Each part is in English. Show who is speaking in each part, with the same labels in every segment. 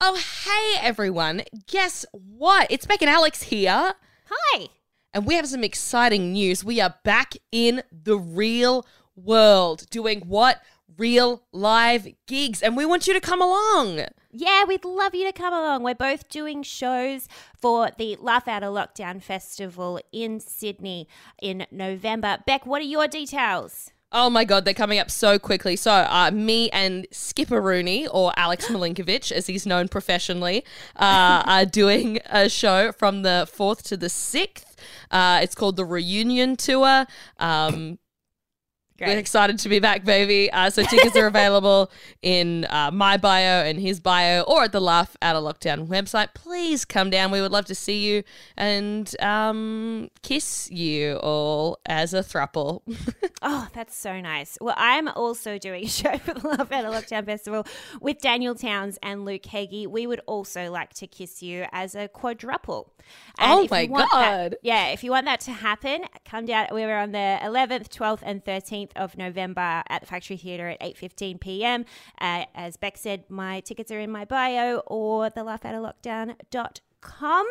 Speaker 1: Oh, hey everyone. Guess what? It's Beck and Alex here,
Speaker 2: Hi.
Speaker 1: and we have some exciting news. We are back in the real world doing what? Real live gigs, and we want you to come along.
Speaker 2: Yeah, we'd love you to come along. We're both doing shows for the Laugh Out of Lockdown Festival in Sydney in November. Beck, what are your details?
Speaker 1: Oh my God, they're coming up so quickly. So, uh, me and Skipper Rooney, or Alex Milinkovic, as he's known professionally, uh, are doing a show from the 4th to the 6th. Uh, it's called the Reunion Tour. Um, We're excited to be back, baby. Uh, so tickets are available in uh, my bio and his bio, or at the Laugh Out of Lockdown website. Please come down. We would love to see you and um, kiss you all as a thruple.
Speaker 2: Oh, that's so nice. Well, I'm also doing a show for the Love Out of Lockdown Festival with Daniel Towns and Luke Heggie. We would also like to kiss you as a quadruple.
Speaker 1: Oh
Speaker 2: if you
Speaker 1: my
Speaker 2: want that-
Speaker 1: God.
Speaker 2: yeah, if you want that to happen, come down. We were on the 11th, 12th, and 13th of November at the Factory Theatre at 8:15 p.m. Uh, as Beck said, my tickets are in my bio or the Love Out of Lockdown.com.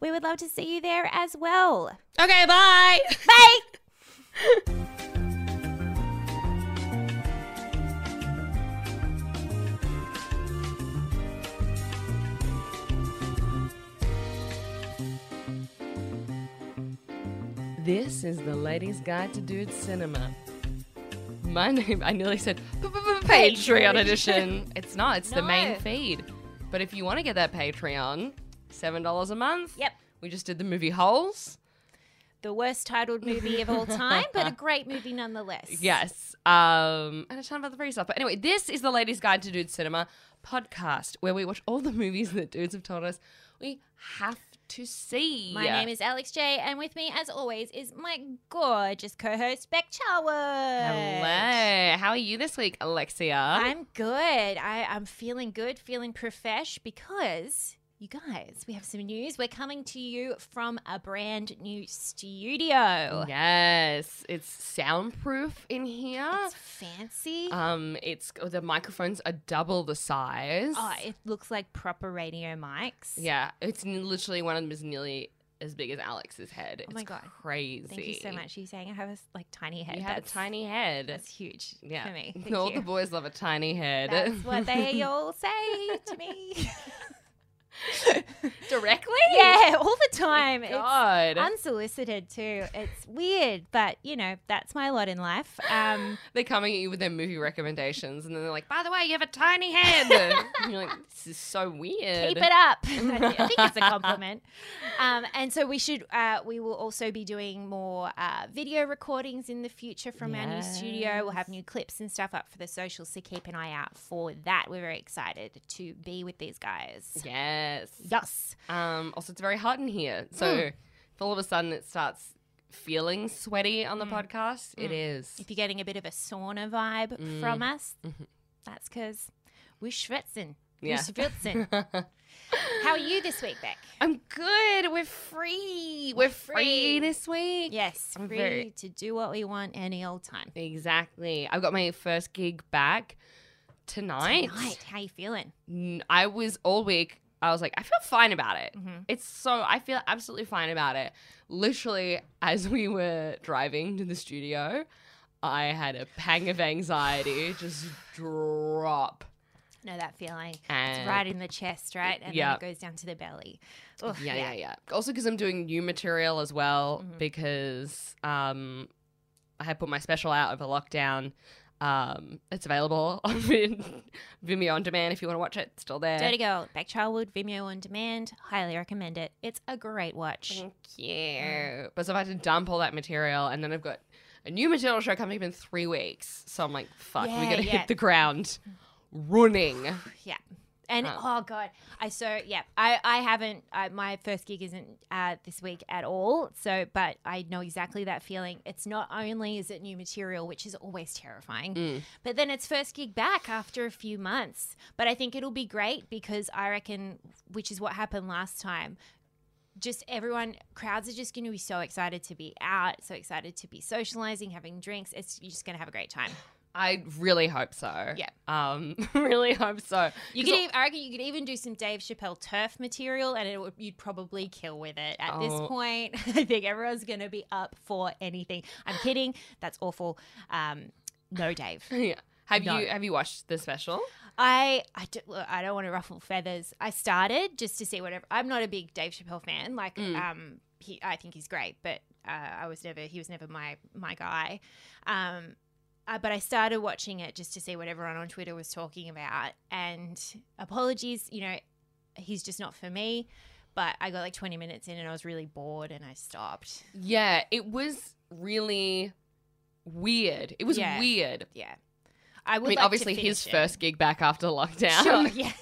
Speaker 2: We would love to see you there as well.
Speaker 1: okay, bye.
Speaker 2: Bye.
Speaker 1: This is the Ladies Guide to Dude Cinema. My name, I nearly said p- p- p- Patreon edition. It's not, it's the main
Speaker 2: No.
Speaker 1: feed. But if you want to get that Patreon, $7 a month.
Speaker 2: Yep.
Speaker 1: We just did the movie Holes.
Speaker 2: the worst titled movie of all time, but a great movie nonetheless.
Speaker 1: Yes. Um, and a ton of other free stuff. But anyway, this is the Ladies Guide to Dude Cinema podcast where we watch all the movies that dudes have told us we have to see.
Speaker 2: My name is Alex J, and with me, as always, is my gorgeous co-host Beck Charwood.
Speaker 1: Hello. How are you this week, Alexia?
Speaker 2: I'm good. I, I'm feeling good, feeling profesh because you guys, we have some news. We're coming to you from a brand new studio.
Speaker 1: Yes. It's soundproof in here.
Speaker 2: It's fancy.
Speaker 1: um, it's the microphones are double the size.
Speaker 2: oh, it looks like proper radio mics.
Speaker 1: yeah, it's n- literally one of them is nearly as big as Alex's head.
Speaker 2: Oh my
Speaker 1: It's
Speaker 2: God.
Speaker 1: crazy!
Speaker 2: Thank you so much. You're saying I have a s- like tiny head.
Speaker 1: You have a
Speaker 2: That's-
Speaker 1: tiny head.
Speaker 2: That's huge
Speaker 1: Yeah.
Speaker 2: for me. Thank
Speaker 1: All
Speaker 2: you.
Speaker 1: the boys love a tiny head.
Speaker 2: That's what they all say to me.
Speaker 1: directly.
Speaker 2: yeah, all the time. It's
Speaker 1: God.
Speaker 2: unsolicited too. It's weird, but you know, that's my lot in life. Um,
Speaker 1: they're coming at you with their movie recommendations, and then they're like, "By the way, you have a tiny head." and you're like, "This is so weird."
Speaker 2: keep it up. I think it's a compliment. Um, and so we should, uh, we will also be doing more uh, video recordings in the future from our new studio. We'll have new clips and stuff up for the socials, so keep an eye out for that. We're very excited to be with these guys.
Speaker 1: Yes.
Speaker 2: Yes.
Speaker 1: Um. Also, it's very hot in here,
Speaker 2: Hmm.
Speaker 1: so if all of a sudden it starts feeling sweaty on the
Speaker 2: Hmm.
Speaker 1: podcast, it is.
Speaker 2: if you're getting a bit of a sauna vibe
Speaker 1: Mm.
Speaker 2: from us, that's because we're schwitzing.
Speaker 1: Mm-hmm. Yeah.
Speaker 2: We're schwitzing. How are you this week, Beck?
Speaker 1: I'm good. We're free. We're free
Speaker 2: Free.
Speaker 1: this week.
Speaker 2: Yes,
Speaker 1: I'm
Speaker 2: free
Speaker 1: very-
Speaker 2: to do what we want any old time.
Speaker 1: Exactly. I've got my first gig back tonight.
Speaker 2: Right, how you feeling?
Speaker 1: N- I was all week. I was like, I feel fine about it.
Speaker 2: Mhm.
Speaker 1: It's so I feel absolutely fine about it. Literally, as we were driving to the studio, I had a pang of anxiety just drop.
Speaker 2: Know that feeling?
Speaker 1: And
Speaker 2: It's right in the chest, right, and
Speaker 1: Uh, yeah.
Speaker 2: then it goes down to the belly. Ugh,
Speaker 1: yeah, yeah, yeah. Also, because I'm doing new material as well,
Speaker 2: Mhm.
Speaker 1: because um, I had put my special out over lockdown. Um, it's available on Vimeo on demand if you want to watch it. It's still there.
Speaker 2: Dirty Girl, Beck Childwood, Vimeo on demand. Highly recommend it. It's a great watch.
Speaker 1: Thank you. But so I've had to dump all that material, and then I've got a new material show coming up in three weeks. So I'm like, fuck, we
Speaker 2: Yeah,
Speaker 1: gotta
Speaker 2: yeah.
Speaker 1: hit the ground running.
Speaker 2: Yeah. And
Speaker 1: Oh.
Speaker 2: oh, god, I so yeah, I I haven't I, my first gig isn't uh, this week at all. So, but I know exactly that feeling. It's not only is it new material, which is always terrifying,
Speaker 1: Mm.
Speaker 2: but then it's first gig back after a few months. But I think it'll be great because I reckon, which is what happened last time. Just everyone, crowds are just going to be so excited to be out, so excited to be socializing, having drinks. It's you're just going to have a great time.
Speaker 1: I really hope so.
Speaker 2: Yeah.
Speaker 1: Um, really hope so.
Speaker 2: You
Speaker 1: 'Cause
Speaker 2: could, even, I reckon, you could even do some Dave Chappelle turf material, and it would, you'd probably kill with it. At
Speaker 1: Oh.
Speaker 2: this point, I think everyone's going to be up for anything. I'm kidding. That's awful. Um, no, Dave.
Speaker 1: Yeah. Have
Speaker 2: No.
Speaker 1: you have you watched the special?
Speaker 2: I I do, look, I don't want to ruffle feathers. I started just to see whatever. I'm not a big Dave Chappelle fan. Like,
Speaker 1: Mm.
Speaker 2: um, he, I think he's great, but uh, I was never he was never my my guy. Um, uh, but I started watching it just to see what everyone on Twitter was talking about. And apologies, you know, he's just not for me. But I got like 20 minutes in and I was really bored and I stopped.
Speaker 1: Yeah, it was really weird. It was
Speaker 2: Yeah.
Speaker 1: weird.
Speaker 2: Yeah, I
Speaker 1: I
Speaker 2: would.
Speaker 1: mean,
Speaker 2: like to
Speaker 1: obviously his
Speaker 2: finish it.
Speaker 1: first gig back after lockdown.
Speaker 2: Sure, yeah.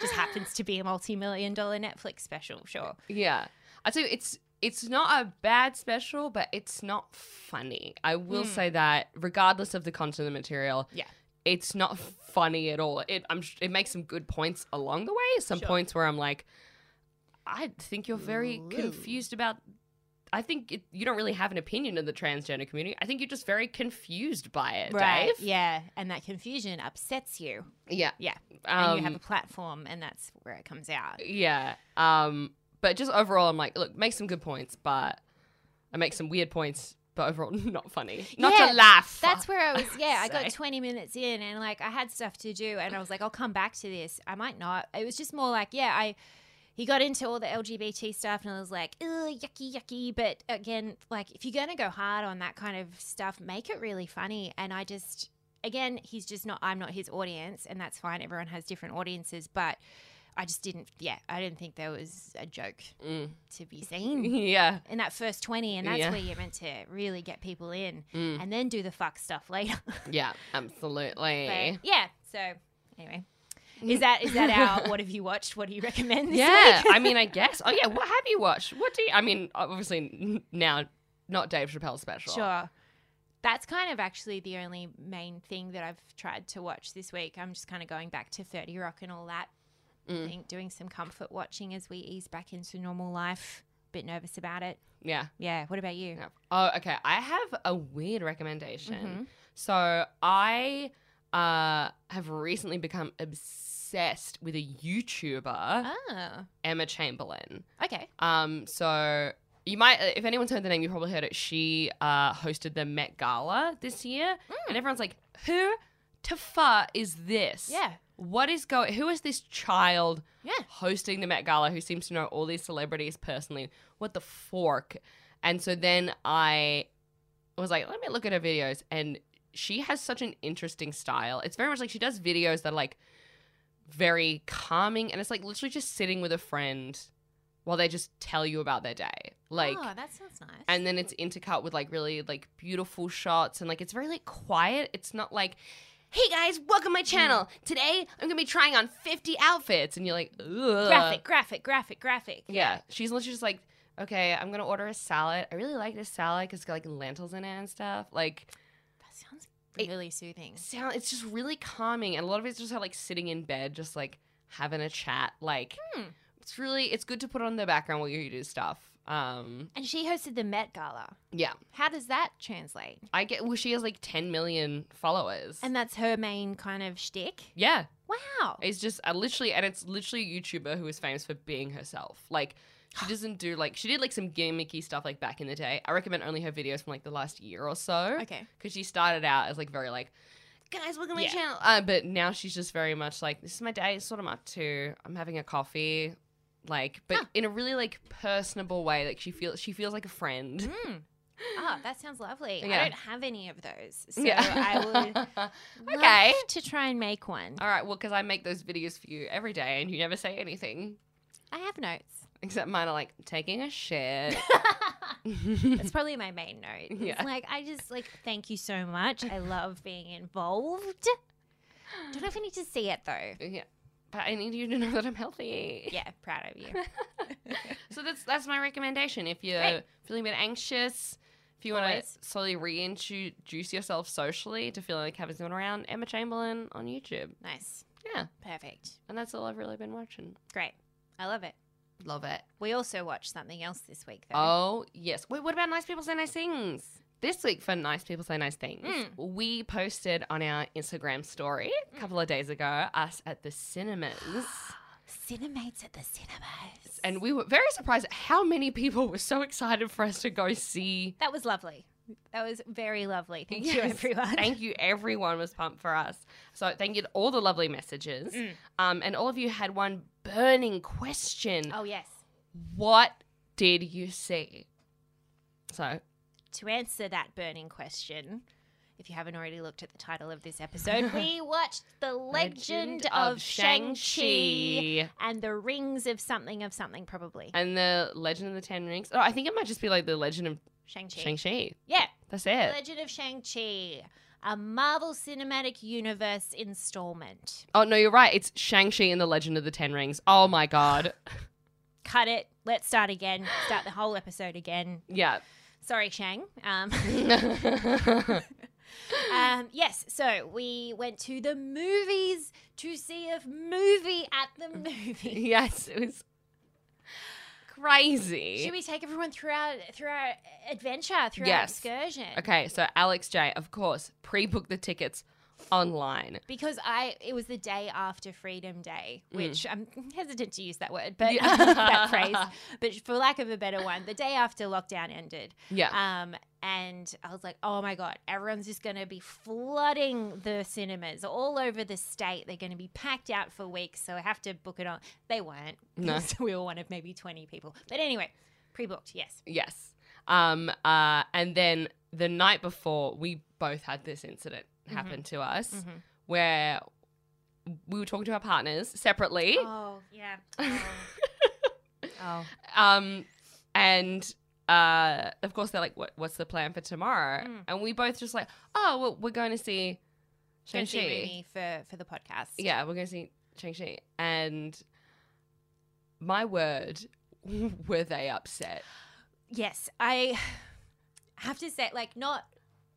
Speaker 2: Just happens to be a multi-million dollar Netflix special, sure.
Speaker 1: Yeah. I tell you, it's it's not a bad special, but it's not funny. I will
Speaker 2: Hmm.
Speaker 1: say that, regardless of the content of the material,
Speaker 2: Yeah.
Speaker 1: it's not funny at all. It I'm, sh- it makes some good points along the way. Some
Speaker 2: Sure.
Speaker 1: points where I'm like, I think you're very
Speaker 2: Ooh.
Speaker 1: confused about. I think it, you don't really have an opinion of the transgender community. I think you're just very confused by it, Dave.
Speaker 2: Yeah. And that confusion upsets you.
Speaker 1: Yeah,
Speaker 2: Yeah. And
Speaker 1: Um,
Speaker 2: you have a platform and that's where it comes out.
Speaker 1: Yeah. Um, but just overall, I'm like, look, make some good points, but I make some weird points, but overall, not funny. Not
Speaker 2: Yeah,
Speaker 1: to laugh.
Speaker 2: That's where I was.
Speaker 1: would
Speaker 2: Yeah, I
Speaker 1: say.
Speaker 2: got 20 minutes in and like I had stuff to do and I was like, I'll come back to this. I might not. It was just more like, yeah, I. He got into all the LGBT stuff and I was like, ugh, yucky, yucky. But again, like if you're going to go hard on that kind of stuff, make it really funny. And I just, again, he's just not, I'm not his audience and that's fine. Everyone has different audiences. But I just didn't, yeah, I didn't think there was a joke
Speaker 1: Mm.
Speaker 2: to be seen.
Speaker 1: Yeah.
Speaker 2: in that first 20 and that's
Speaker 1: Yeah.
Speaker 2: where you're meant to really get people in
Speaker 1: Mm.
Speaker 2: and then do the fuck stuff later
Speaker 1: Yeah. Absolutely.
Speaker 2: But, yeah so anyway is that is that our what have you watched what do you recommend this
Speaker 1: yeah.
Speaker 2: week?
Speaker 1: I mean, I guess. Oh, yeah. What have you watched? What do you. I mean, obviously, n- now, not Dave Chappelle's special.
Speaker 2: sure that's kind of actually the only main thing that I've tried to watch this week. I'm just kind of going back to 30 Rock and all that,
Speaker 1: Mm.
Speaker 2: thing, doing some comfort watching as we ease back into normal life. Bit nervous about it.
Speaker 1: Yeah.
Speaker 2: Yeah. What about you?
Speaker 1: Yeah. Oh, okay. I have a weird recommendation.
Speaker 2: Mm-hmm.
Speaker 1: So I uh, have recently become obsessed with a YouTuber,
Speaker 2: Ah,
Speaker 1: Emma Chamberlain.
Speaker 2: okay.
Speaker 1: Um, so you might, if anyone's heard the name, you probably heard it. She uh, hosted the Met Gala this year, and everyone's like, "Who to fa is this?
Speaker 2: Yeah.
Speaker 1: what is going? Who is this child
Speaker 2: Yeah.
Speaker 1: hosting the Met Gala who seems to know all these celebrities personally? What the fork?" And so then I was like, "Let me look at her videos," and she has such an interesting style. It's very much like she does videos that are like very calming, and it's like literally just sitting with a friend while they just tell you about their day. Like
Speaker 2: oh, that sounds nice.
Speaker 1: and then it's intercut with like really like beautiful shots and like it's very like quiet. It's not like Hey guys, welcome to my
Speaker 2: Mm-hmm.
Speaker 1: channel. Today I'm gonna be trying on 50 outfits, and you're like, Ugh.
Speaker 2: graphic, graphic, graphic, graphic.
Speaker 1: Yeah, she's literally just like, okay, I'm gonna order a salad. I really like this salad because it's got like lentils in it and stuff. Like,
Speaker 2: That sounds
Speaker 1: It-
Speaker 2: really soothing.
Speaker 1: sound it's just really calming and a lot of it's just her like sitting in bed just like having a chat like
Speaker 2: Hmm.
Speaker 1: it's really it's good to put on the background while you do stuff um
Speaker 2: And she hosted the Met Gala.
Speaker 1: yeah
Speaker 2: How does that translate?
Speaker 1: i get well she has like 10 million followers
Speaker 2: And that's her main kind of shtick.
Speaker 1: yeah
Speaker 2: Wow.
Speaker 1: it's just I literally and it's literally a youtuber who is famous for being herself like she doesn't do like she did like some gimmicky stuff like back in the day i recommend only her videos from like the last year or so
Speaker 2: Okay.
Speaker 1: because she started out as like very like guys welcome to my
Speaker 2: Yeah.
Speaker 1: channel uh, but now she's just very much like this is my day it's what i'm up to i'm having a coffee like but
Speaker 2: Huh.
Speaker 1: in a really like personable way like she feels she feels like a friend
Speaker 2: Mm. Oh, that sounds lovely. I
Speaker 1: Yeah.
Speaker 2: don't have any of those. Mm, So I would love
Speaker 1: Okay.
Speaker 2: to try and make one.
Speaker 1: all right well because i make those videos for you every day and you never say anything
Speaker 2: I have notes.
Speaker 1: except mine are like taking a shit
Speaker 2: That's probably my main note. It's
Speaker 1: Yeah.
Speaker 2: like I just like thank you so much. I love being involved. Don't know if I need to see it though.
Speaker 1: yeah but i need you to know that i'm healthy
Speaker 2: Yeah, proud of you.
Speaker 1: So that's that's my recommendation. If you're
Speaker 2: Great.
Speaker 1: feeling a bit anxious, if you want
Speaker 2: Always.
Speaker 1: to slowly reintroduce yourself socially to feeling like having someone around, Emma Chamberlain on YouTube.
Speaker 2: Nice.
Speaker 1: Yeah,
Speaker 2: Perfect.
Speaker 1: and that's all I've really been watching.
Speaker 2: Great. I love it.
Speaker 1: Love it.
Speaker 2: We also watched something else this week, though.
Speaker 1: Oh yes. Wait, what about Nice People Say Nice Things? This week for Nice People Say Nice Things, we posted on our Instagram story a couple of days ago us at the cinemas.
Speaker 2: Cinemates at the cinemas.
Speaker 1: And we were very surprised at how many people were so excited for us to go see.
Speaker 2: That was lovely. That was very lovely. Thank you,
Speaker 1: Yes.
Speaker 2: everyone.
Speaker 1: Thank you. Everyone was pumped for us. So thank you to all the lovely messages.
Speaker 2: Mm.
Speaker 1: Um, and all of you had one burning question.
Speaker 2: oh, yes.
Speaker 1: What did you see? So
Speaker 2: To answer that burning question, if you haven't already looked at the title of this episode, we watched The Legend, of, Shang-Chi Uh,
Speaker 1: Shang-Chi.
Speaker 2: and The Rings of Something of Something, probably.
Speaker 1: And the Legend of the Ten Rings. Oh, I think it might just be like the Legend of
Speaker 2: Shang-Chi.
Speaker 1: Shang-Chi.
Speaker 2: Yeah.
Speaker 1: That's
Speaker 2: The
Speaker 1: it.
Speaker 2: Legend of Shang-Chi, a Marvel Cinematic Universe installment.
Speaker 1: Oh, no, you're right. It's Shang-Chi and the Legend of the Ten Rings. Oh, my God.
Speaker 2: Cut it. Let's start again. Start the whole episode again.
Speaker 1: Yeah.
Speaker 2: Sorry, Shang. Um,
Speaker 1: yes.
Speaker 2: um, yes, so we went to the movies to see a movie at the movie.
Speaker 1: It was crazy.
Speaker 2: Should we take everyone through our through our adventure, through
Speaker 1: Yes.
Speaker 2: our excursion?
Speaker 1: Okay, so Alex J, of course, pre-booked the tickets online.
Speaker 2: Because I, it was the day after Freedom Day, which I'm hesitant to use that word, but
Speaker 1: Mm. Yeah.
Speaker 2: that phrase, but for lack of a better one, the day after lockdown ended.
Speaker 1: Yeah.
Speaker 2: Um, and I was like, oh my God, everyone's just going to be flooding the cinemas all over the state. They're going to be packed out for weeks. So I have to book it on. They weren't.
Speaker 1: No.
Speaker 2: So we were one of maybe 20 people. But anyway, pre booked, yes.
Speaker 1: yes. Um uh and then the night before we both had this incident
Speaker 2: Mm-hmm.
Speaker 1: happen to us
Speaker 2: Mhm.
Speaker 1: where we were talking to our partners separately.
Speaker 2: Oh, yeah. Oh. oh.
Speaker 1: Um, and uh, of course, they're like, what, "What's the plan for tomorrow?"
Speaker 2: Mm.
Speaker 1: And we both just like, "Oh, well, we're going to see Shang
Speaker 2: Don't see
Speaker 1: Chi.
Speaker 2: Rooney for, for the podcast.
Speaker 1: Yeah, we're going to see Shang Chi." And my word, were they upset?
Speaker 2: Yes, I have to say, like, not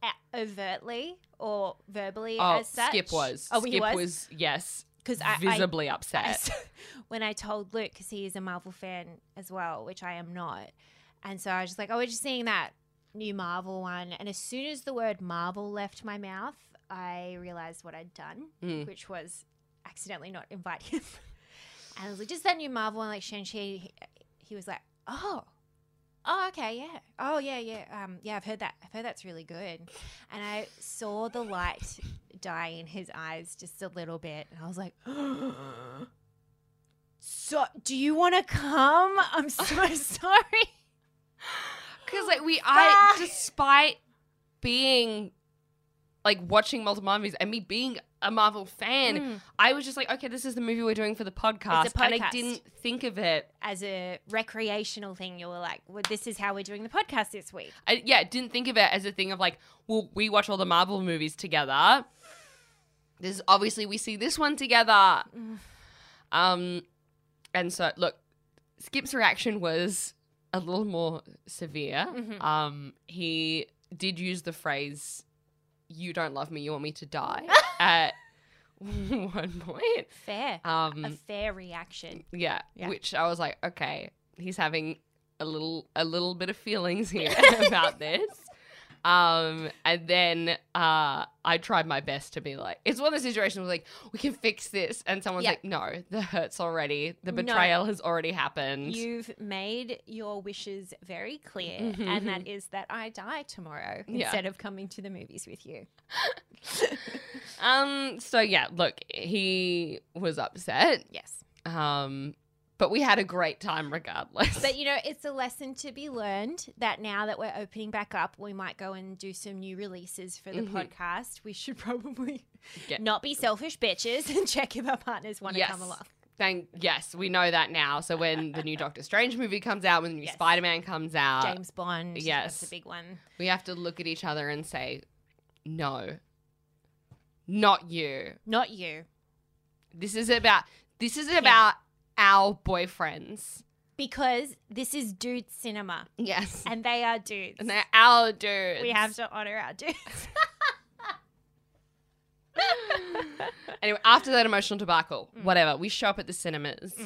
Speaker 2: a- overtly or verbally
Speaker 1: Oh,
Speaker 2: as such.
Speaker 1: Skip was.
Speaker 2: Oh,
Speaker 1: Skip
Speaker 2: he was.
Speaker 1: yes,
Speaker 2: 'Cause I- I-
Speaker 1: visibly
Speaker 2: I
Speaker 1: upset.
Speaker 2: s- when I told Luke, because he is a Marvel fan as well, which I am not. And so I was just like, oh, we're just seeing that new Marvel one. And as soon as the word Marvel left my mouth, I realized what I'd done,
Speaker 1: Mm.
Speaker 2: which was accidentally not invite him. and I was like, just that new Marvel one, like Shang-Chi. He, he was like, oh. Oh, okay, yeah. Oh, yeah, yeah. Um, yeah, I've heard that. I've heard that's really good. And I saw the light die in his eyes just a little bit. And I was like, "Oh, so, do you want to come? I'm so sorry.
Speaker 1: Because like we, I
Speaker 2: Fuck.
Speaker 1: despite being like watching multiple movies and me being a Marvel fan,
Speaker 2: Mm.
Speaker 1: I was just like, okay, this is the movie we're doing for the podcast,
Speaker 2: It's a
Speaker 1: and I
Speaker 2: podcast.
Speaker 1: didn't think of it.
Speaker 2: As a recreational thing, you were like, well, this is how we're doing the podcast this week.
Speaker 1: I, yeah, didn't think of it as a thing of like, well, we watch all the Marvel movies together. This is obviously we see this one together. Um, and so look, Skip's reaction was a little more severe.
Speaker 2: Mhm.
Speaker 1: Um, he did use the phrase, "You don't love me, you want me to die," at one point.
Speaker 2: Fair. a
Speaker 1: Um,
Speaker 2: fair reaction.
Speaker 1: yeah,
Speaker 2: Yeah.
Speaker 1: which I was like, okay, he's having a little a little bit of feelings here about this. Um, and then uh, I tried my best to be like, it's one of the situations where like we can fix this, and someone's
Speaker 2: Yeah.
Speaker 1: like, no, the hurt's already, the
Speaker 2: No.
Speaker 1: betrayal has already happened.
Speaker 2: You've made your wishes very clear, and that is that I die tomorrow
Speaker 1: Yeah.
Speaker 2: instead of coming to the movies with you.
Speaker 1: Um, so yeah, look, he was upset.
Speaker 2: Yes.
Speaker 1: Um, but we had a great time regardless.
Speaker 2: But you know, it's a lesson to be learned that now that we're opening back up, we might go and do some new releases for the
Speaker 1: Mhm.
Speaker 2: podcast. We should probably
Speaker 1: Get-
Speaker 2: not be selfish bitches and check if our partners want to
Speaker 1: Yes.
Speaker 2: come along.
Speaker 1: Thank yes, we know that now. So when the new Doctor Strange movie comes out, when the new
Speaker 2: Yes.
Speaker 1: Spider Man comes out,
Speaker 2: James Bond,
Speaker 1: Uh, yes.
Speaker 2: that's a big one.
Speaker 1: we have to look at each other and say, No. Not you.
Speaker 2: Not you,
Speaker 1: This is about this is about our boyfriends.
Speaker 2: because this is dude cinema,
Speaker 1: Yes.
Speaker 2: and they are dudes.
Speaker 1: And they're our dudes.
Speaker 2: we have to honor our dudes.
Speaker 1: Anyway, after that emotional debacle,
Speaker 2: Mm.
Speaker 1: whatever, we show up at the cinemas.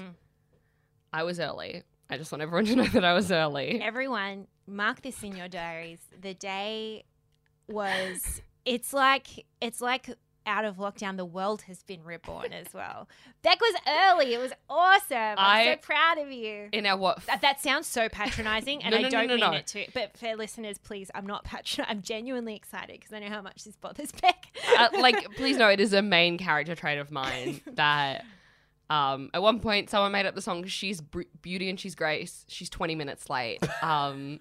Speaker 1: I was early. I just want everyone to know that I was early.
Speaker 2: Everyone, mark this in your diaries. The day was it's like it's like out of lockdown the world has been reborn as well. Beck was early. It was awesome. I'm
Speaker 1: I-
Speaker 2: so proud of you.
Speaker 1: in our what?
Speaker 2: that, that sounds so patronizing, and
Speaker 1: No,
Speaker 2: I
Speaker 1: no, no,
Speaker 2: don't
Speaker 1: no,
Speaker 2: mean
Speaker 1: no.
Speaker 2: it to. But for listeners, please, I'm not patron. I'm genuinely excited because I know how much this bothers Beck.
Speaker 1: uh, like please know it is a main character trait of mine that um at one point someone made up the song she's Br- beauty and she's grace she's 20 minutes late um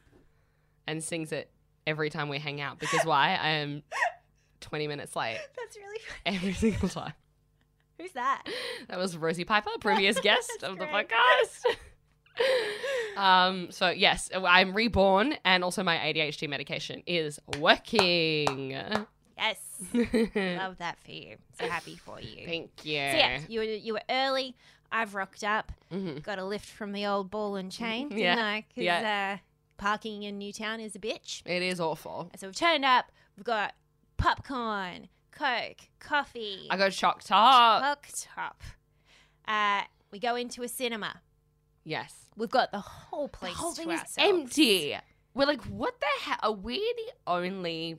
Speaker 1: and sings it every time we hang out because why i am 20 minutes late
Speaker 2: that's really funny.
Speaker 1: every single time
Speaker 2: Who's that?
Speaker 1: that was rosie piper previous guest
Speaker 2: That's
Speaker 1: of the
Speaker 2: great.
Speaker 1: podcast um so yes i'm reborn and also my adhd medication is working
Speaker 2: Yes, love that for you. So happy for you.
Speaker 1: thank you
Speaker 2: So yeah, you were you were early. I've rocked up.
Speaker 1: Mhm.
Speaker 2: Got a lift from the old ball and chain, didn't
Speaker 1: Yeah.
Speaker 2: I? 'Cause,
Speaker 1: Yeah.
Speaker 2: uh, parking in Newtown is a bitch.
Speaker 1: It is awful.
Speaker 2: So we've turned up. We've got popcorn, coke, coffee,
Speaker 1: I got shock top.
Speaker 2: cook top. Uh, we go into a cinema.
Speaker 1: yes.
Speaker 2: We've got the whole place.
Speaker 1: whole
Speaker 2: to
Speaker 1: thing is
Speaker 2: ourselves.
Speaker 1: empty. We're like, what the hell? Are we the only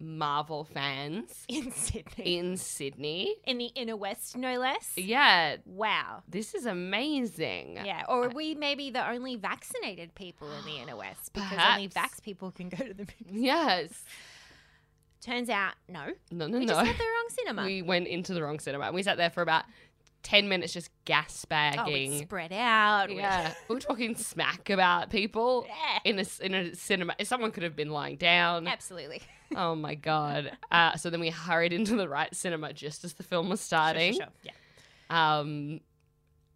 Speaker 1: Marvel fans
Speaker 2: in Sydney,
Speaker 1: in Sydney?
Speaker 2: in the inner west, no less.
Speaker 1: Yeah,
Speaker 2: Wow.
Speaker 1: this is amazing.
Speaker 2: Yeah, or are we maybe the only vaccinated people in the inner west because only
Speaker 1: Perhaps.
Speaker 2: vax people can go to the movies.
Speaker 1: Yes.
Speaker 2: Turns out, no,
Speaker 1: No, no,
Speaker 2: we
Speaker 1: no.
Speaker 2: just had the wrong cinema. Oh,
Speaker 1: We went into the wrong cinema. We sat there for about 10 minutes just gas
Speaker 2: oh, we
Speaker 1: bagging.
Speaker 2: spread out. we-
Speaker 1: yeah. we were talking smack about people
Speaker 2: Yeah,
Speaker 1: in a, s- in a cinema. Someone could have been lying down.
Speaker 2: absolutely.
Speaker 1: Oh my god! Uh, so then we hurried into the right cinema just as the film was
Speaker 2: Sure, sure,
Speaker 1: starting,
Speaker 2: sure. Yeah.
Speaker 1: um,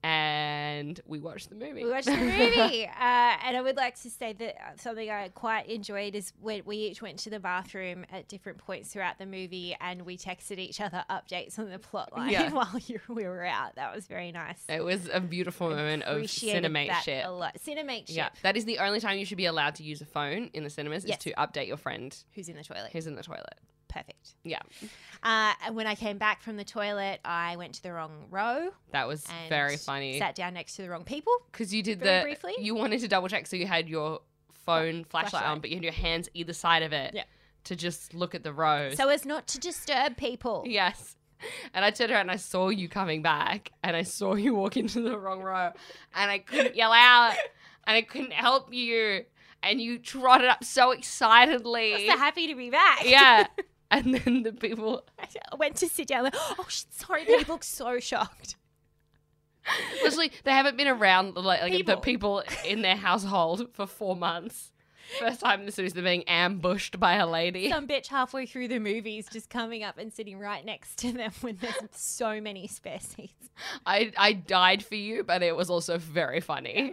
Speaker 1: and we watched the movie.
Speaker 2: We watched the movie, uh, and I would like to say that uh, something I quite enjoyed is when we each went to the bathroom at different points throughout the movie, and we texted each other updates on the plot line
Speaker 1: Yeah.
Speaker 2: while you, we were out. That was very nice.
Speaker 1: it was a beautiful moment of
Speaker 2: Appreciated
Speaker 1: cinemate
Speaker 2: that
Speaker 1: shit.
Speaker 2: A lot. Cinemate shit.
Speaker 1: Yeah, that is the only time you should be allowed to use a phone in the cinemas
Speaker 2: Yes.
Speaker 1: is to update your friend
Speaker 2: Who's in the toilet?
Speaker 1: who's in the toilet.
Speaker 2: Perfect.
Speaker 1: Yeah,
Speaker 2: Uh, and when I came back from the toilet, I went to the wrong row
Speaker 1: that was
Speaker 2: and
Speaker 1: very funny
Speaker 2: Sat down next to the wrong people.
Speaker 1: because you did
Speaker 2: very
Speaker 1: the
Speaker 2: briefly.
Speaker 1: you wanted to double check, so you had your phone flashlight, on,
Speaker 2: flashlight.
Speaker 1: but you had your hands either side of it
Speaker 2: Yeah.
Speaker 1: to just look at the rows.
Speaker 2: So as not to disturb people.
Speaker 1: Yes. And I turned around and I saw you coming back and I saw you walk into the wrong row and I couldn't yell out and I couldn't help you and you trotted up so
Speaker 2: I was
Speaker 1: excitedly.
Speaker 2: so happy to be back.
Speaker 1: yeah. And then the people
Speaker 2: I went to sit down. Like, oh, shit, sorry. They look so shocked.
Speaker 1: literally they haven't been around like, like
Speaker 2: People.
Speaker 1: the people in their household for four months. First time in the series they're being ambushed by a lady.
Speaker 2: Some bitch halfway through the movies just coming up and sitting right next to them when there's so many spare seats.
Speaker 1: I, I died for you, but it was also very funny.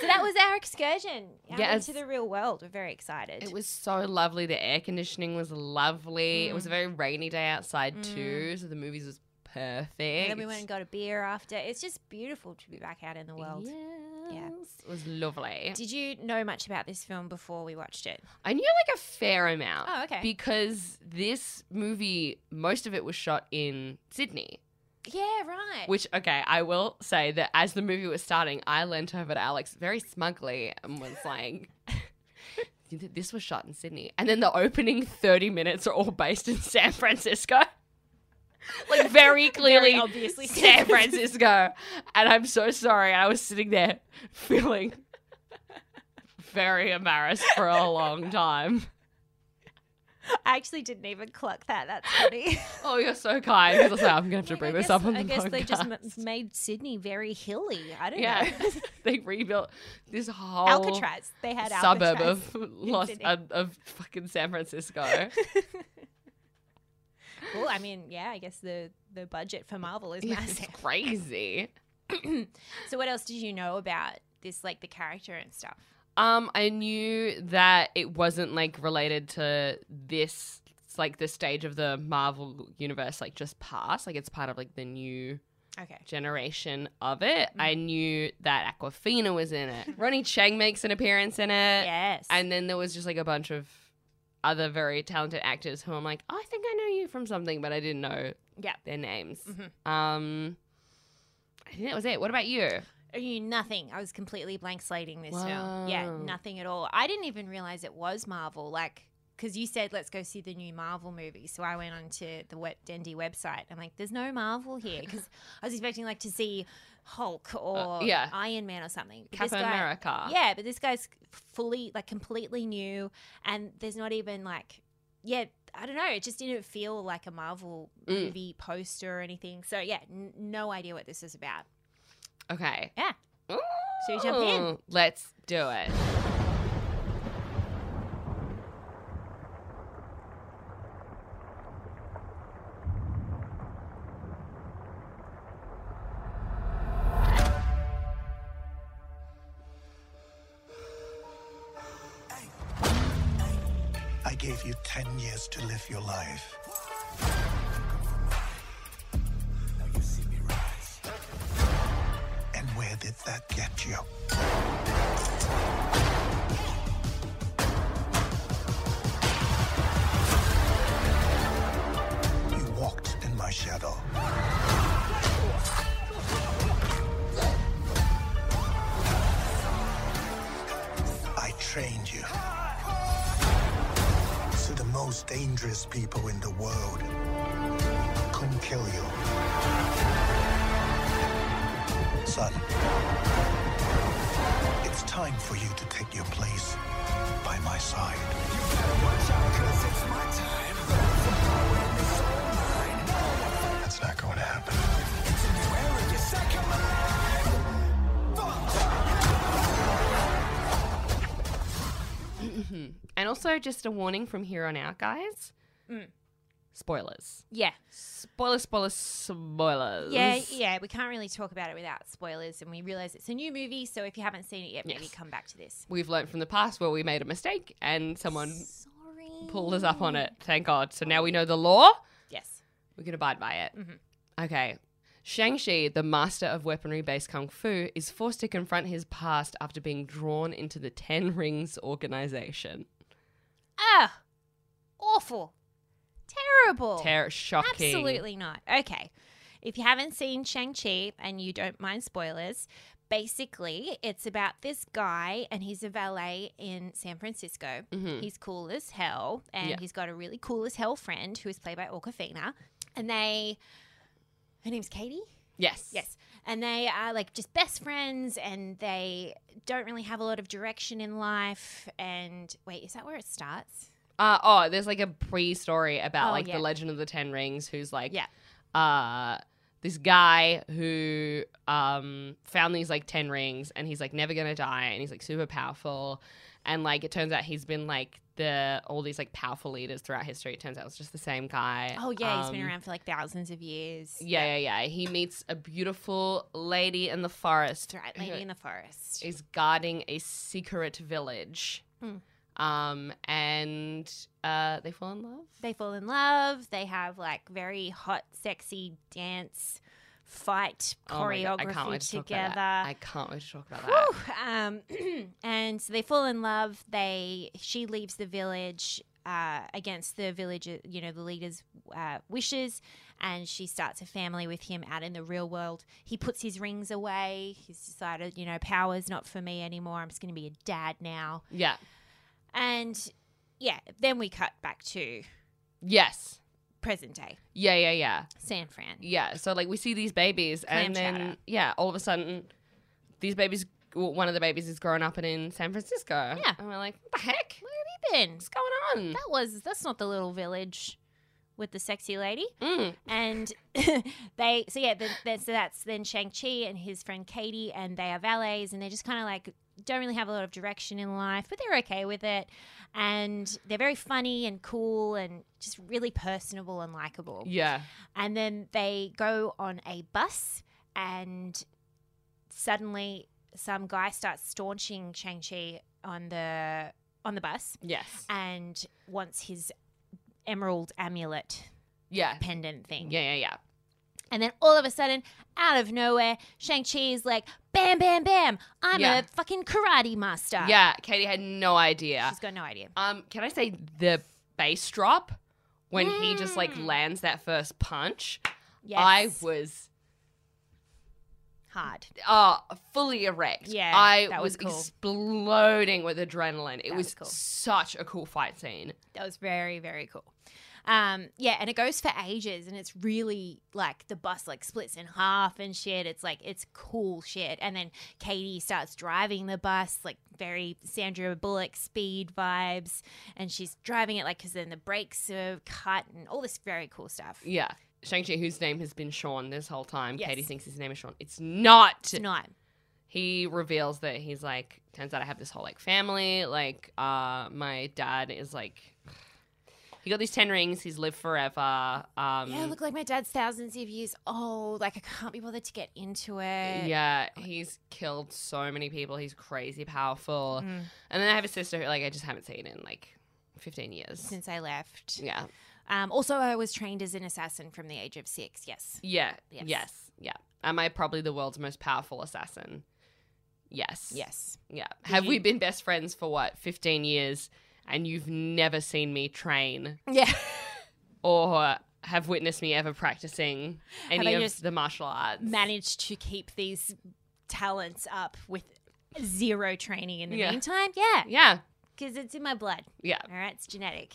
Speaker 2: So that was our excursion out
Speaker 1: Yes.
Speaker 2: into the real world. We're very excited.
Speaker 1: It was so lovely. The air conditioning was lovely. It
Speaker 2: Mm.
Speaker 1: was a very rainy day outside too, so the movies was perfect.
Speaker 2: and Mm. then we went and got a beer after. It's just beautiful to be back out in the world. Yeah.
Speaker 1: Yes, It was lovely.
Speaker 2: Did you know much about this film before we watched it?
Speaker 1: I knew like a fair amount.
Speaker 2: Oh, okay.
Speaker 1: Because this movie, most of it was shot in Sydney.
Speaker 2: Yeah, right.
Speaker 1: Which, okay, I will say that as the movie was starting, I leant over to Alex very smugly and was like, "You think This was shot in Sydney. And then the opening 30 minutes are all based in San Francisco. Like, very clearly,
Speaker 2: obviously
Speaker 1: San
Speaker 2: San Francisco.
Speaker 1: Francisco. And I'm so sorry. I was sitting there feeling very embarrassed for a long time.
Speaker 2: I actually didn't even cluck that. That's funny.
Speaker 1: Oh, you're so kind. I was like, I'm going to have to
Speaker 2: Like,
Speaker 1: bring
Speaker 2: I
Speaker 1: this
Speaker 2: guess,
Speaker 1: up on the
Speaker 2: I guess
Speaker 1: podcast.
Speaker 2: they just m- made Sydney very hilly. I don't
Speaker 1: yeah.
Speaker 2: know.
Speaker 1: they rebuilt this whole.
Speaker 2: Alcatraz. They had
Speaker 1: suburb
Speaker 2: Alcatraz.
Speaker 1: of Los
Speaker 2: Sydney.
Speaker 1: uh, of fucking San Francisco.
Speaker 2: Well, I mean, yeah, I guess the the budget for Marvel is
Speaker 1: it's
Speaker 2: massive.
Speaker 1: crazy.
Speaker 2: so, what else did you know about this, like the character and stuff?
Speaker 1: Um, I knew that it wasn't like related to this, it's, like the stage of the Marvel universe, like just past. Like it's part of like the new
Speaker 2: Okay.
Speaker 1: generation of it. I
Speaker 2: Mm-hmm.
Speaker 1: knew that Aquafina was in it. Ronnie Chang makes an appearance in it,
Speaker 2: Yes.
Speaker 1: and then there was just like a bunch of other very talented actors who I'm like, oh, I think I know you from something, but I didn't know
Speaker 2: yeah.
Speaker 1: their names.
Speaker 2: Mhm.
Speaker 1: Um, I think that was it. What about you?
Speaker 2: I knew nothing. I was completely blank slating this film. Yeah,
Speaker 1: Wow.
Speaker 2: nothing at all. I didn't even realize it was Marvel. Like because you said let's go see the new Marvel movie. So I went onto the web, Dendy website. I'm like, there's no Marvel here because I was expecting like to see Hulk or
Speaker 1: Uh, yeah.
Speaker 2: Iron Man or something. But this
Speaker 1: Captain
Speaker 2: guy-
Speaker 1: America.
Speaker 2: Yeah, but this guy's fully like completely new, and there's not even like yeah. I don't know. It just didn't feel like a Marvel
Speaker 1: Mm.
Speaker 2: movie poster or anything. So yeah, n- no idea what this is about.
Speaker 1: Okay.
Speaker 2: Yeah.
Speaker 1: Ooh,
Speaker 2: Should we jump in?
Speaker 1: Let's do it.
Speaker 3: I gave you 10 years to live your life. And where did that get you? You walked in my shadow. I trained you to the most dangerous people in the world. Couldn't kill you. Son, it's time for you to take your place by my side. That's not going to happen.
Speaker 1: And also, just a warning from here on out, guys.
Speaker 2: Mm.
Speaker 1: Spoilers.
Speaker 2: Yeah.
Speaker 1: Spoilers, spoilers, spoilers.
Speaker 2: Yeah, yeah, we can't really talk about it without spoilers, and we realize it's a new movie. So if you haven't seen it yet, maybe
Speaker 1: Yes.
Speaker 2: come back to this.
Speaker 1: We've learned from the past where we made a mistake and someone
Speaker 2: Sorry.
Speaker 1: pulled us up on it. Thank God. So now we know the law.
Speaker 2: Yes.
Speaker 1: We can abide by it. Okay. Shang-Chi, the master of weaponry-based kung fu, is forced to confront his past after being drawn into the Ten Rings organization.
Speaker 2: Ah, awful, terrible,
Speaker 1: Ter- shocking.
Speaker 2: Oh. Absolutely not. Okay. If you haven't seen Shang-Chi and you don't mind spoilers, basically it's about this guy and he's a valet in San Francisco. He's cool as hell and
Speaker 1: Yeah.
Speaker 2: he's got a really cool as hell friend who is played by Awkwafina. And they, her name's Katie?
Speaker 1: Yes.
Speaker 2: Yes. And they are like just best friends and they don't really have a lot of direction in life. And wait, is that where it starts?
Speaker 1: Uh, oh, there's like a pre-story about
Speaker 2: Oh,
Speaker 1: like
Speaker 2: yeah.
Speaker 1: the Legend of the Ten Rings, who's like,
Speaker 2: Yeah.
Speaker 1: uh, this guy who um found these like ten rings, and he's like never gonna die, and he's like super powerful, and like it turns out he's been like the all these like powerful leaders throughout history. It turns out it's just the same guy.
Speaker 2: Oh, yeah. he's been
Speaker 1: Um,
Speaker 2: around for like thousands of years.
Speaker 1: Yeah, yeah, yeah. He meets a beautiful lady in the forest.
Speaker 2: That's right,
Speaker 1: who-
Speaker 2: Lady in the Forest.
Speaker 1: is guarding a secret village.
Speaker 2: Hmm.
Speaker 1: Um, and uh, they fall in love.
Speaker 2: They fall in love. They have like very hot, sexy dance, fight,
Speaker 1: Oh my God,
Speaker 2: choreography
Speaker 1: I can't wait to talk about
Speaker 2: together.
Speaker 1: that. I can't wait to talk about that.
Speaker 2: Whew. Um, and so they fall in love. They she leaves the village uh, against the village, you know, the leader's uh, wishes, and she starts a family with him out in the real world. He puts his rings away. He's decided, you know, power's not for me anymore. I'm just going to be a dad now.
Speaker 1: Yeah.
Speaker 2: And yeah, then we cut back to
Speaker 1: Yes.
Speaker 2: present day
Speaker 1: Yeah, yeah, yeah.
Speaker 2: San Fran.
Speaker 1: Yeah. So like we see these babies
Speaker 2: Clam
Speaker 1: and then
Speaker 2: chowder.
Speaker 1: yeah, all of a sudden these babies well, one of the babies is growing up and in San Francisco.
Speaker 2: Yeah.
Speaker 1: And we're like, what the heck?
Speaker 2: Where have you been?
Speaker 1: What's going on?
Speaker 2: That was that's not the little village with the sexy lady.
Speaker 1: Mm.
Speaker 2: And they so yeah, the, the, so that's then Shang Chi and his friend Katie, and they are valets, and they're just kind of like don't really have a lot of direction in life, but they're okay with it, and they're very funny and cool and just really personable and likable.
Speaker 1: Yeah.
Speaker 2: And then they go on a bus, and suddenly some guy starts staunching Shang Chi on the on the bus,
Speaker 1: Yes.
Speaker 2: Uh, and wants his emerald amulet
Speaker 1: Yeah.
Speaker 2: pendant thing.
Speaker 1: Yeah, yeah, yeah.
Speaker 2: And then all of a sudden, out of nowhere, Shang-Chi is like, bam, bam, bam, I'm
Speaker 1: Yeah.
Speaker 2: a fucking karate master.
Speaker 1: Yeah. Katie had no idea.
Speaker 2: Uh, She's got no idea.
Speaker 1: Um, can I say the bass drop when he just like
Speaker 2: Mm.
Speaker 1: lands that first punch?
Speaker 2: Yes.
Speaker 1: I was
Speaker 2: hard.
Speaker 1: uh, fully erect.
Speaker 2: Yeah,
Speaker 1: I
Speaker 2: that
Speaker 1: was
Speaker 2: was cool.
Speaker 1: exploding with adrenaline. It
Speaker 2: That
Speaker 1: was,
Speaker 2: was cool.
Speaker 1: such a cool fight scene.
Speaker 2: That was very, very cool. Um, yeah, and it goes for ages, and it's really like the bus like splits in half and shit. It's like it's cool shit. And then Katie starts driving the bus like very Sandra Bullock speed vibes, and she's driving it like because then the brakes are cut and all this very cool stuff.
Speaker 1: Yeah. Shang-Chi, whose name has been Sean this whole time,
Speaker 2: Yes.
Speaker 1: Katie thinks his name is Sean. It's not.
Speaker 2: It's not
Speaker 1: He reveals that he's like, turns out I have this whole like family. Like, uh, my dad is like, he got these 10 rings. He's lived forever. Um,
Speaker 2: yeah, I look like my dad's thousands of years old. Like I can't be bothered to get into it.
Speaker 1: Yeah, he's killed so many people. He's crazy powerful.
Speaker 2: Mm.
Speaker 1: And then I have a sister who, like, I just haven't seen in like 15 years.
Speaker 2: Since I left.
Speaker 1: yeah.
Speaker 2: Um, also, I was trained as an assassin from the age of six. Yes.
Speaker 1: Yeah.
Speaker 2: Yes.
Speaker 1: Yes. Yeah. Am I probably the world's most powerful assassin? Yes.
Speaker 2: Yes.
Speaker 1: Yeah. Have we been best friends for what, 15 years and you've never seen me train
Speaker 2: Yeah.
Speaker 1: or have witnessed me ever practicing any
Speaker 2: I
Speaker 1: of
Speaker 2: just
Speaker 1: the martial arts?
Speaker 2: Managed to keep these talents up with zero training in the
Speaker 1: Yeah.
Speaker 2: meantime. Yeah.
Speaker 1: yeah.
Speaker 2: Because it's in my blood.
Speaker 1: Yeah.
Speaker 2: All right. It's genetic.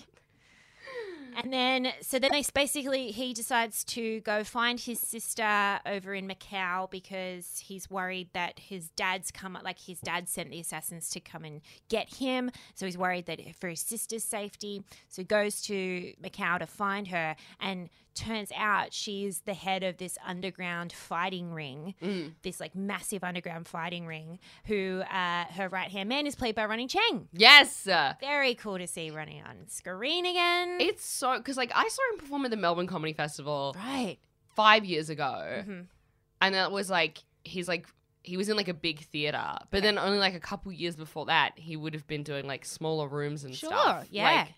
Speaker 2: And then, so then they basically, he decides to go find his sister over in Macau because he's worried that his dad's come, like his dad sent the assassins to come and get him. So he's worried that for his sister's safety. So he goes to Macau to find her. And turns out she's the head of this underground fighting ring,
Speaker 1: Mm.
Speaker 2: this like massive underground fighting ring, who uh, her right hand man is played by Ronnie Chang.
Speaker 1: Yes. Uh,
Speaker 2: Very cool to see Ronnie on screen again.
Speaker 1: it's so because like I saw him perform at the Melbourne Comedy Festival
Speaker 2: Right.
Speaker 1: five years ago,
Speaker 2: Mhm.
Speaker 1: and that was like he's like he was in like a big theater, but then only like a couple years before that he would have been doing like smaller rooms and
Speaker 2: Sure,
Speaker 1: stuff.
Speaker 2: yeah.
Speaker 1: Like,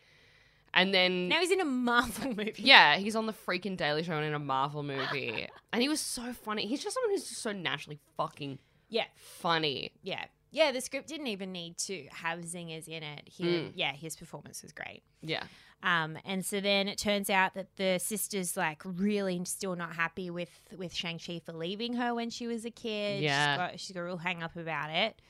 Speaker 1: and then
Speaker 2: Now he's in a Marvel movie.
Speaker 1: yeah, he's on the freaking Daily Show and in a Marvel movie, and he was so funny. He's just someone who's just so naturally fucking
Speaker 2: Yeah.
Speaker 1: funny.
Speaker 2: Yeah. Yeah, the script didn't even need to have zingers in it. He,
Speaker 1: Mm.
Speaker 2: Yeah, his performance was great.
Speaker 1: Yeah,
Speaker 2: Um, and so then it turns out that the sister's like really still not happy with with Shang Chi for leaving her when she was a kid.
Speaker 1: Yeah.
Speaker 2: she's got, she's got a real hang up about it,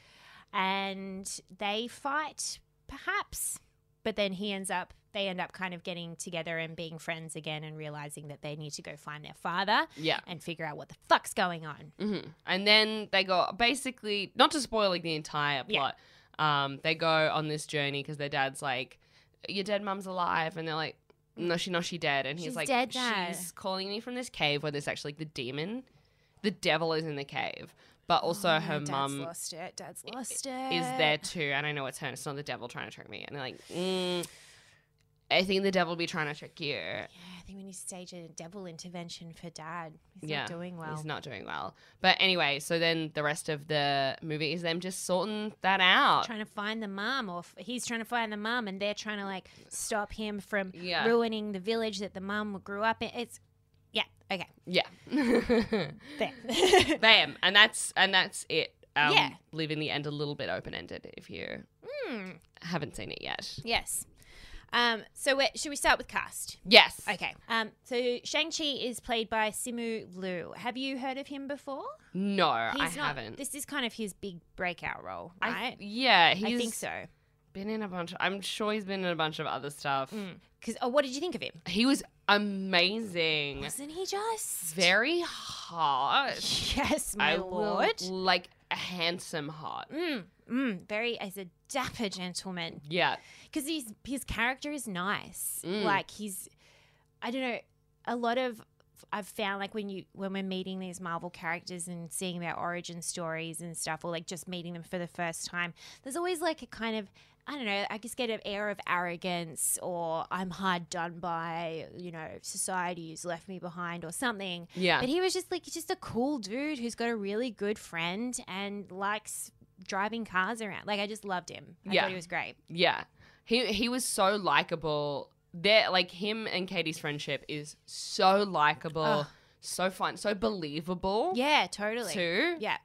Speaker 2: and they fight perhaps, but then he ends up they end up kind of getting together and being friends again and realizing that they need to go find their father
Speaker 1: yeah.
Speaker 2: and figure out what the fuck's going on.
Speaker 1: hmm And then they go basically not to spoil like the entire
Speaker 2: Yeah.
Speaker 1: plot. Um, they go on this journey because their dad's like, "Your dead mum's alive," and they're like, "No, she, no, she dead." And he's
Speaker 2: She's
Speaker 1: like,
Speaker 2: dead, Dad.
Speaker 1: "She's calling me from this cave where there's actually the demon, the devil is in the cave, but also
Speaker 2: Oh,
Speaker 1: her
Speaker 2: Dad's
Speaker 1: mum
Speaker 2: lost it. Dad's lost it.
Speaker 1: is there too, and I know it's her. and It's not the devil trying to trick me." And they're like, mm, "I think the devil be trying to trick you."
Speaker 2: Yeah, I think we need to stage a devil intervention for Dad. He's
Speaker 1: yeah,
Speaker 2: not doing well.
Speaker 1: He's not doing well. But anyway, so then the rest of the movie is them just sorting that out.
Speaker 2: trying to find the mom or f- he's trying to find the mom and they're trying to like stop him from
Speaker 1: Yeah.
Speaker 2: ruining the village that the mom grew up in it's yeah okay
Speaker 1: Yeah.
Speaker 2: there.
Speaker 1: Bam. And that's and that's it. Um,
Speaker 2: Yeah.
Speaker 1: Leaving the end a little bit open ended if you
Speaker 2: Hmm,
Speaker 1: haven't seen it yet.
Speaker 2: yes um so we should we start with cast
Speaker 1: Yes.
Speaker 2: okay um so shang-chi is played by simu liu have you heard of him before
Speaker 1: No, I
Speaker 2: not
Speaker 1: haven't.
Speaker 2: this is kind of his big breakout role
Speaker 1: I-
Speaker 2: right
Speaker 1: yeah,
Speaker 2: I
Speaker 1: he's
Speaker 2: think so
Speaker 1: been in a bunch. I'm sure he's been in a bunch of other stuff.
Speaker 2: because oh what did you think of him
Speaker 1: He was amazing.
Speaker 2: wasn't he just
Speaker 1: Very hot.
Speaker 2: yes my
Speaker 1: I will-
Speaker 2: lord
Speaker 1: like handsome hot.
Speaker 2: Mm, mm, very as a dapper gentleman
Speaker 1: Yeah.
Speaker 2: because his his character is nice.
Speaker 1: Mm.
Speaker 2: Like he's, I don't know, a lot of I've found like when you when we're meeting these Marvel characters and seeing their origin stories and stuff, or like just meeting them for the first time, there's always like a kind of I don't know. I just get an air of arrogance, or I'm hard done by, you know, society's left me behind, or something.
Speaker 1: Yeah.
Speaker 2: But he was just like just a cool dude who's got a really good friend and likes driving cars around. Like I just loved him. I
Speaker 1: Yeah.
Speaker 2: thought he was great.
Speaker 1: Yeah. He he was so likable. There like him and Katie's friendship is so likable,
Speaker 2: Ugh.
Speaker 1: so fun, so believable.
Speaker 2: Yeah, totally.
Speaker 1: Too.
Speaker 2: Yeah.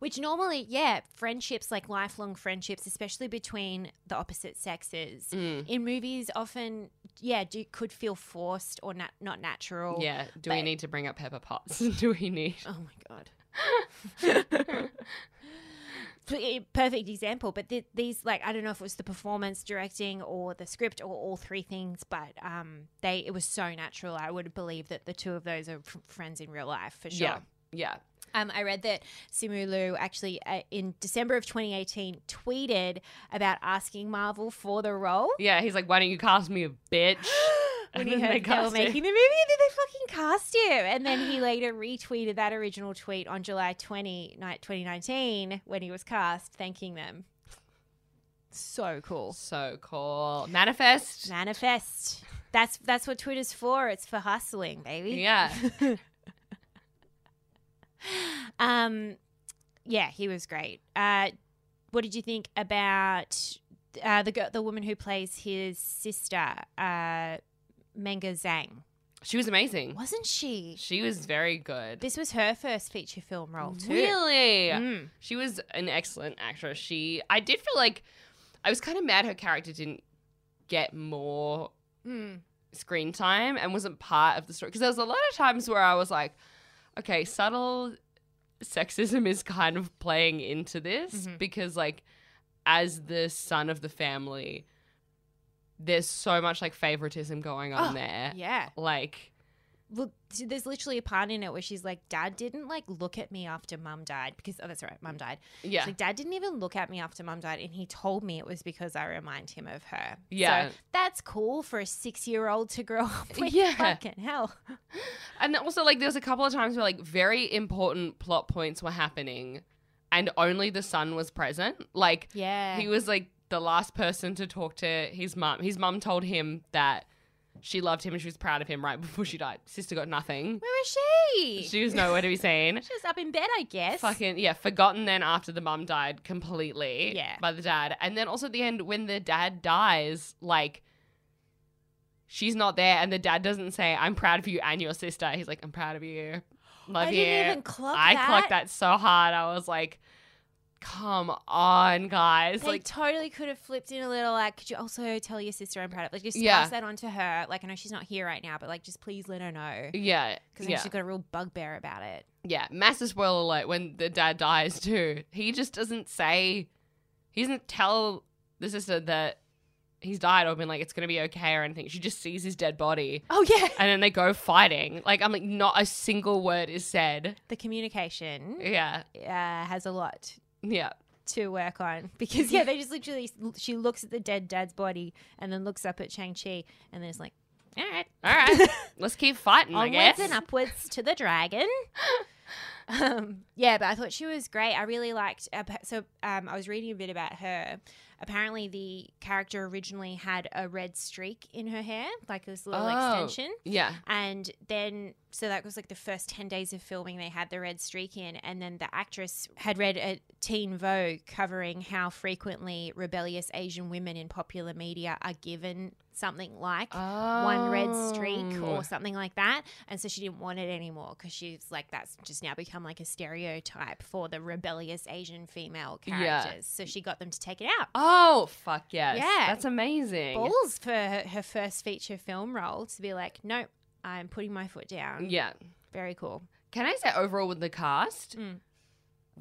Speaker 2: Which normally, yeah, friendships like lifelong friendships, especially between the opposite sexes,
Speaker 1: Mm.
Speaker 2: in movies often, yeah, do, could feel forced or not not natural.
Speaker 1: Yeah. Do we
Speaker 2: But- Uh,
Speaker 1: need to bring up Pepper Potts? Do we need
Speaker 2: Oh my god. P- eh, perfect example. But th- these, like, I don't know if it was the performance, directing, or the script, or all three things, but um, they it was so natural. I would believe that the two of those are f- friends in real life for sure.
Speaker 1: Yeah. Yeah.
Speaker 2: Um, I read that Simu Liu actually uh, in December of 2018 tweeted about asking Marvel for the role.
Speaker 1: Yeah. He's like, why don't you cast me a bitch?
Speaker 2: When
Speaker 1: And
Speaker 2: he
Speaker 1: then they
Speaker 2: heard they were
Speaker 1: cast him.
Speaker 2: making the movie, and then they fucking cast him. And then he later retweeted that original tweet on July 20, ni- 2019 when he was cast, thanking them. So cool.
Speaker 1: So cool. Manifest.
Speaker 2: Manifest. That's that's what Twitter's for. It's for hustling, baby.
Speaker 1: Yeah.
Speaker 2: Um, yeah, he was great. Uh, what did you think about uh, the girl, the woman who plays his sister, uh, Menga Zhang?
Speaker 1: She was amazing.
Speaker 2: Wasn't she?
Speaker 1: She was very good.
Speaker 2: This was her first feature film role too.
Speaker 1: Really?
Speaker 2: Mm.
Speaker 1: She was an excellent actress. She I did feel like I was kind of mad her character didn't get more
Speaker 2: Mm.
Speaker 1: screen time and wasn't part of the story because there was a lot of times where I was like, okay, subtle sexism is kind of playing into this
Speaker 2: Mhm.
Speaker 1: because like as the son of the family there's so much like favoritism going on
Speaker 2: Oh,
Speaker 1: there.
Speaker 2: Yeah.
Speaker 1: Like
Speaker 2: Look, there's literally a part in it where she's like, "Dad didn't like look at me after Mum died because oh, that's right, Mum died."
Speaker 1: yeah.
Speaker 2: She's like, Dad didn't even look at me after mum died, and he told me it was because I remind him of her.
Speaker 1: Yeah.
Speaker 2: So that's cool for a six year old to grow up with.
Speaker 1: Yeah.
Speaker 2: Fucking hell.
Speaker 1: And then also, like, there was a couple of times where, like, very important plot points were happening and only the son was present. Like,
Speaker 2: Yeah.
Speaker 1: he was, like, the last person to talk to his mum. His mum told him that she loved him and she was proud of him right before she died. Sister got nothing.
Speaker 2: Where was she?
Speaker 1: She was nowhere to be seen.
Speaker 2: She was up in bed, I guess.
Speaker 1: Fucking, yeah, forgotten then after the mum died completely
Speaker 2: Yeah.
Speaker 1: by the dad. And then also at the end, when the dad dies, like, she's not there and the dad doesn't say, I'm proud of you and your sister. He's like, I'm proud of you. Love
Speaker 2: I
Speaker 1: you.
Speaker 2: didn't even clock
Speaker 1: I
Speaker 2: that.
Speaker 1: clocked that so hard. I was like, come on, guys.
Speaker 2: They
Speaker 1: like,
Speaker 2: totally could have flipped in a little, like, could you also tell your sister I'm proud of? Like, just
Speaker 1: Yeah.
Speaker 2: pass that on to her. Like, I know she's not here right now, but, like, just please let her know.
Speaker 1: yeah.
Speaker 2: Because
Speaker 1: yeah.
Speaker 2: she's got a real bugbear about it.
Speaker 1: yeah. Massive spoiler alert when the dad dies, too. He just doesn't say, he doesn't tell the sister that he's died or been like, it's going to be okay or anything. She just sees his dead body.
Speaker 2: Oh, yeah.
Speaker 1: And then they go fighting. Like, I'm like, not a single word is said.
Speaker 2: The communication
Speaker 1: Yeah.
Speaker 2: uh, has a lot
Speaker 1: Yeah.
Speaker 2: to work on because
Speaker 1: Mm-hmm.
Speaker 2: yeah, they just literally she looks at the dead dad's body and then looks up at Chang Chi and then it's like, all right,
Speaker 1: All right. Let's keep fighting, I guess.
Speaker 2: onwards and upwards to the dragon. Um, yeah, but I thought she was great. I really liked. Uh, so um, I was reading a bit about her. Apparently, the character originally had a red streak in her hair, like this little
Speaker 1: Oh.
Speaker 2: extension.
Speaker 1: Yeah.
Speaker 2: And then, so that was like the first 10 days of filming, they had the red streak in. And then the actress had read a Teen Vogue covering how frequently rebellious Asian women in popular media are given something like one red streak
Speaker 1: Oh.
Speaker 2: or something like that. And so she didn't want it anymore because she's like, that's just now become like a stereotype for the rebellious Asian female
Speaker 1: Yeah.
Speaker 2: characters. So she got them to take it out.
Speaker 1: Oh fuck yes!
Speaker 2: Yeah.
Speaker 1: that's amazing.
Speaker 2: Balls for her, her first feature film role to be like, nope, I'm putting my foot down.
Speaker 1: Yeah.
Speaker 2: Very cool.
Speaker 1: Can I say overall with the cast,
Speaker 2: Mm.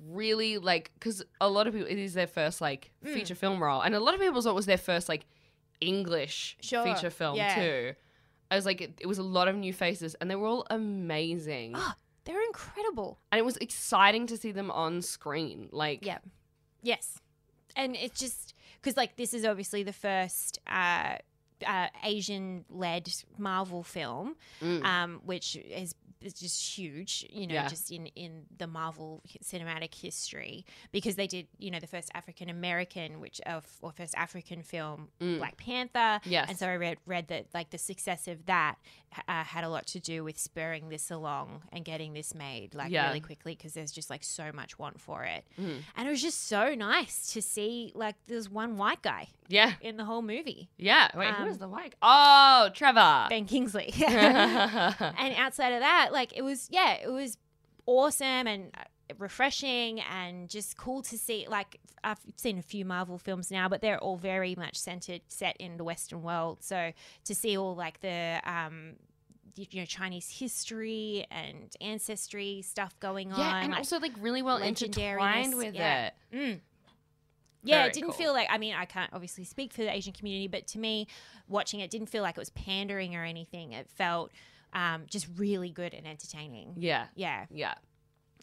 Speaker 1: really like because a lot of people it is their first like
Speaker 2: Mm.
Speaker 1: feature film role, and a lot of people thought it was their first like English
Speaker 2: Sure.
Speaker 1: feature film
Speaker 2: Yeah.
Speaker 1: too. I was like, it, it was a lot of new faces, and they were all amazing,
Speaker 2: Oh, they're incredible.
Speaker 1: and it was exciting to see them on screen. Like,
Speaker 2: Yeah. Yes. And it's just because, like, this is obviously the first uh, uh, Asian led Marvel film,
Speaker 1: Mm.
Speaker 2: um, which is. is just huge, you know,
Speaker 1: Yeah.
Speaker 2: just in in the Marvel cinematic history because they did, you know, the first African American, which of or first African film,
Speaker 1: Mm.
Speaker 2: Black Panther,
Speaker 1: yes,
Speaker 2: And so I read read that like the success of that uh, had a lot to do with spurring this along and getting this made like
Speaker 1: Yeah.
Speaker 2: really quickly because there's just like so much want for it.
Speaker 1: Mm.
Speaker 2: And it was just so nice to see like there's one white guy
Speaker 1: yeah,
Speaker 2: in the whole movie,
Speaker 1: yeah. Wait, who
Speaker 2: Um,
Speaker 1: was the white? Oh, Trevor.
Speaker 2: Ben Kingsley.
Speaker 1: yeah,
Speaker 2: and outside of that, like it was yeah, it was awesome and uh, refreshing and just cool to see like I've seen a few Marvel films now but they're all very much centered set in the western world so to see all like the um you know Chinese history and ancestry stuff going on.
Speaker 1: Yeah, and
Speaker 2: like,
Speaker 1: also like really well intertwined
Speaker 2: legendariness,
Speaker 1: with
Speaker 2: yeah.
Speaker 1: it.
Speaker 2: yeah,
Speaker 1: very
Speaker 2: it didn't
Speaker 1: cool.
Speaker 2: feel like I mean I can't obviously speak for the Asian community, but to me, watching it didn't feel like it was pandering or anything. It felt um, just really good and entertaining.
Speaker 1: Yeah.
Speaker 2: Yeah.
Speaker 1: Yeah.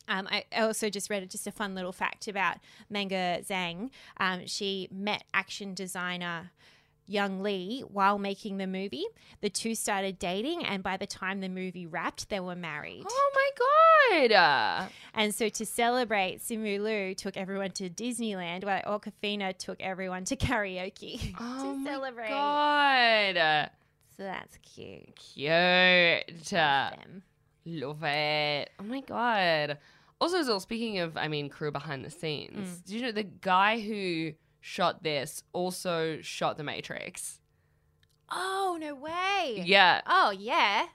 Speaker 2: Um, I I also just read just a fun little fact about Manga Zhang. Um, she met action designer Young Lee while making the movie. The two started dating, and by the time the movie wrapped, they were married.
Speaker 1: Oh my god. Uh,
Speaker 2: And so to celebrate, Simu Liu took everyone to Disneyland, while Okafina took everyone to karaoke
Speaker 1: oh
Speaker 2: to
Speaker 1: my
Speaker 2: celebrate.
Speaker 1: god. Uh,
Speaker 2: So that's cute.
Speaker 1: Cute. Uh,
Speaker 2: Love them.
Speaker 1: Love it. Oh my god. Also, Zul, speaking of, I mean, crew behind the scenes.
Speaker 2: Mm.
Speaker 1: Do you know the guy who shot this also shot The Matrix?
Speaker 2: Oh no way!
Speaker 1: Yeah.
Speaker 2: Oh yeah,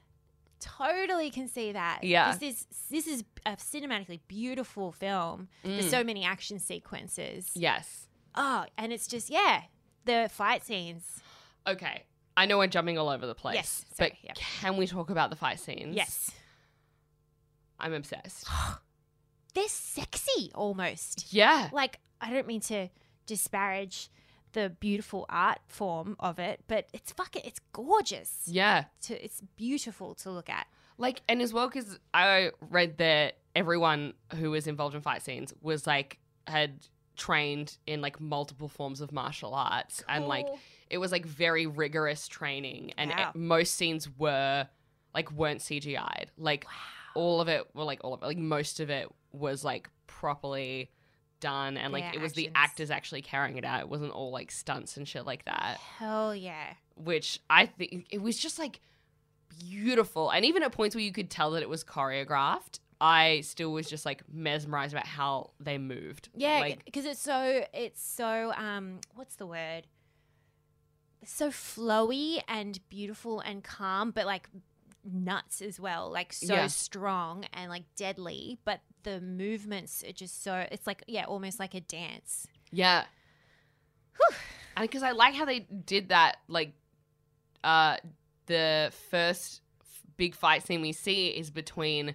Speaker 2: totally can see that.
Speaker 1: Yeah.
Speaker 2: this is this is a cinematically beautiful film.
Speaker 1: Mm.
Speaker 2: There's so many action sequences.
Speaker 1: yes.
Speaker 2: Oh, and it's just yeah, the fight scenes.
Speaker 1: Okay. I know we're jumping all over the place.
Speaker 2: Yes,
Speaker 1: But
Speaker 2: sorry, yeah.
Speaker 1: can we talk about the fight scenes?
Speaker 2: Yes,
Speaker 1: I'm obsessed.
Speaker 2: they're sexy almost.
Speaker 1: yeah.
Speaker 2: Like I don't mean to disparage the beautiful art form of it, but it's fucking it's gorgeous.
Speaker 1: Yeah.
Speaker 2: To, it's beautiful to look at.
Speaker 1: Like, and as well, because I read that everyone who was involved in fight scenes was like, had trained in like multiple forms of martial arts and like
Speaker 2: Cool.
Speaker 1: it was like very rigorous training and
Speaker 2: Wow.
Speaker 1: e- most scenes were like weren't CGI'd. Like all of it well like all of it like most of it was like properly done and like
Speaker 2: Yeah,
Speaker 1: it was the
Speaker 2: actions.
Speaker 1: actors actually carrying it out. It wasn't all like stunts and shit like that.
Speaker 2: hell yeah.
Speaker 1: Which I think it was just like beautiful. And even at points where you could tell that it was choreographed, I still was just like mesmerized about how they moved.
Speaker 2: Yeah,
Speaker 1: Like
Speaker 2: because it's so it's so um what's the word? It's so flowy and beautiful and calm, but like nuts as well. Like so
Speaker 1: Yeah.
Speaker 2: strong and like deadly, but the movements are just so it's like yeah, almost like a dance.
Speaker 1: Yeah. And because I like how they did that, like, uh, the first f- big fight scene we see is between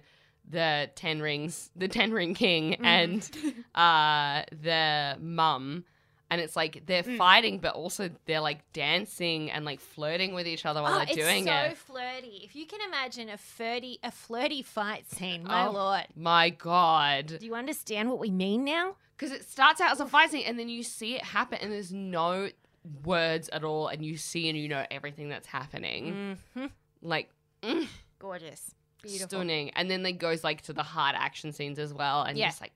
Speaker 1: the Ten Rings, the Ten Ring King,
Speaker 2: Mm-hmm.
Speaker 1: and uh, the mum. And it's like they're fighting, but also they're like dancing and like flirting with each other while
Speaker 2: oh,
Speaker 1: they're
Speaker 2: it's
Speaker 1: doing
Speaker 2: so
Speaker 1: it.
Speaker 2: flirty. If you can imagine a flirty a flirty fight scene, my
Speaker 1: Oh.
Speaker 2: lord.
Speaker 1: My God.
Speaker 2: Do you understand what we mean now?
Speaker 1: Because it starts out as a fight scene, and then you see it happen, and there's no words at all, and you see and you know everything that's happening.
Speaker 2: Mm-hmm.
Speaker 1: Like, mm,
Speaker 2: Gorgeous. Beautiful.
Speaker 1: stunning. And then it goes like to the hard action scenes as well, and
Speaker 2: Yeah.
Speaker 1: just like,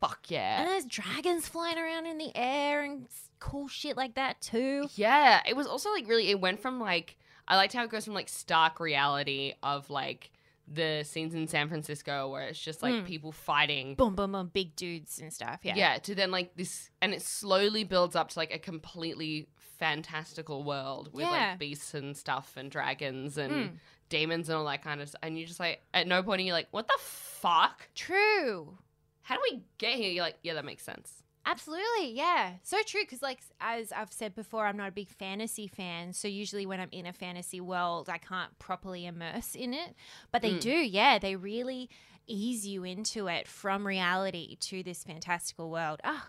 Speaker 1: fuck
Speaker 2: And
Speaker 1: yeah.
Speaker 2: there's dragons flying around in the air and s- cool shit like that too.
Speaker 1: Yeah, it was also like really, it went from like, I liked how it goes from like stark reality of like the scenes in San Francisco where it's just like
Speaker 2: Mm.
Speaker 1: people fighting.
Speaker 2: Boom, boom, boom, big dudes and stuff. Yeah.
Speaker 1: to then like this, and it slowly builds up to like a completely fantastical world with
Speaker 2: Yeah.
Speaker 1: like beasts and stuff and dragons and
Speaker 2: Mm.
Speaker 1: demons and all that kind of stuff. And you just like, at no point are you like, what the fuck?
Speaker 2: True.
Speaker 1: How do we get here? You're like, yeah, that makes sense.
Speaker 2: Absolutely. Yeah. So true. Because, like, as I've said before, I'm not a big fantasy fan. So usually when I'm in a fantasy world, I can't properly immerse in it. But they
Speaker 1: Mm.
Speaker 2: do. Yeah. They really ease you into it from reality to this fantastical world. Oh,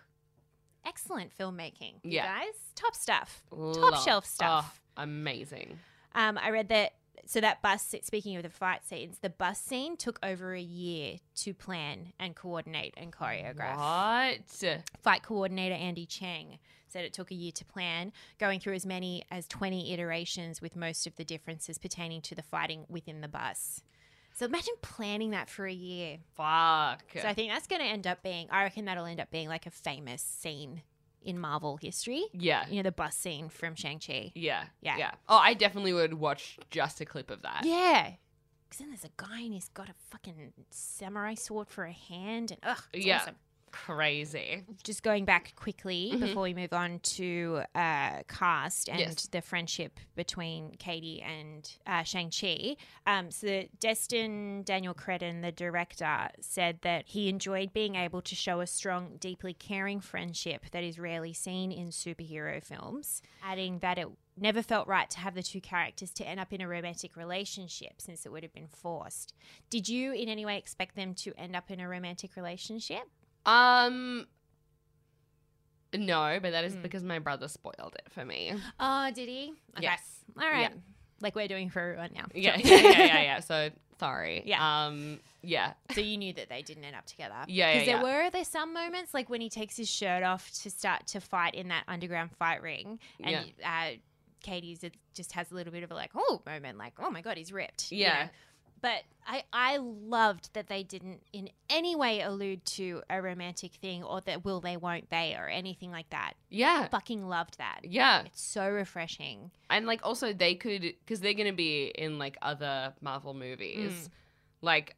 Speaker 2: excellent filmmaking. You
Speaker 1: Yeah.
Speaker 2: guys. Top stuff.
Speaker 1: Love.
Speaker 2: shelf stuff.
Speaker 1: Oh, amazing.
Speaker 2: Um, I read that. So that bus. Speaking of the fight scenes, the bus scene took over a year to plan and coordinate and choreograph.
Speaker 1: What?
Speaker 2: Fight coordinator Andy Chang said it took a year to plan, going through as many as twenty iterations with most of the differences pertaining to the fighting within the bus. So imagine planning that for a year.
Speaker 1: Fuck.
Speaker 2: So I think that's going to end up being. I reckon that'll end up being like a famous scene in Marvel history.
Speaker 1: yeah.
Speaker 2: You know, the bus scene from Shang Chi.
Speaker 1: Yeah.
Speaker 2: Yeah.
Speaker 1: Yeah. Oh, I definitely would watch just a clip of that.
Speaker 2: Yeah. Because then there's a guy and he's got a fucking samurai sword for a hand and ugh, it's
Speaker 1: Yeah.
Speaker 2: awesome.
Speaker 1: crazy.
Speaker 2: Just going back quickly before we move on to uh, cast and
Speaker 1: Yes.
Speaker 2: the friendship between Katie and uh, Shang Chi. Um, so Destin Daniel Credin, the director, said that he enjoyed being able to show a strong, deeply caring friendship that is rarely seen in superhero films. Adding that it never felt right to have the two characters to end up in a romantic relationship since it would have been forced. Did you in any way expect them to end up in a romantic relationship?
Speaker 1: Um, no, but that is
Speaker 2: Hmm.
Speaker 1: because my brother spoiled it for me.
Speaker 2: Oh, did he?
Speaker 1: Yes.
Speaker 2: All right.
Speaker 1: Yeah.
Speaker 2: Like we're doing for everyone now.
Speaker 1: Yeah, yeah, yeah, yeah, yeah. So sorry.
Speaker 2: Yeah.
Speaker 1: Um. Yeah.
Speaker 2: So you knew that they didn't end up together.
Speaker 1: Yeah, yeah,
Speaker 2: Because there
Speaker 1: yeah.
Speaker 2: were there's some moments like when he takes his shirt off to start to fight in that underground fight ring, and uh, Katie's it just has a little bit of a like oh moment, like oh my god, he's ripped. you
Speaker 1: Yeah.
Speaker 2: know. But I, I loved that they didn't in any way allude to a romantic thing or that will they, won't they, or anything like that.
Speaker 1: Yeah.
Speaker 2: Fucking loved that.
Speaker 1: Yeah.
Speaker 2: It's so refreshing.
Speaker 1: And like also they could because they're gonna be in like other Marvel movies.
Speaker 2: Hmm.
Speaker 1: Like,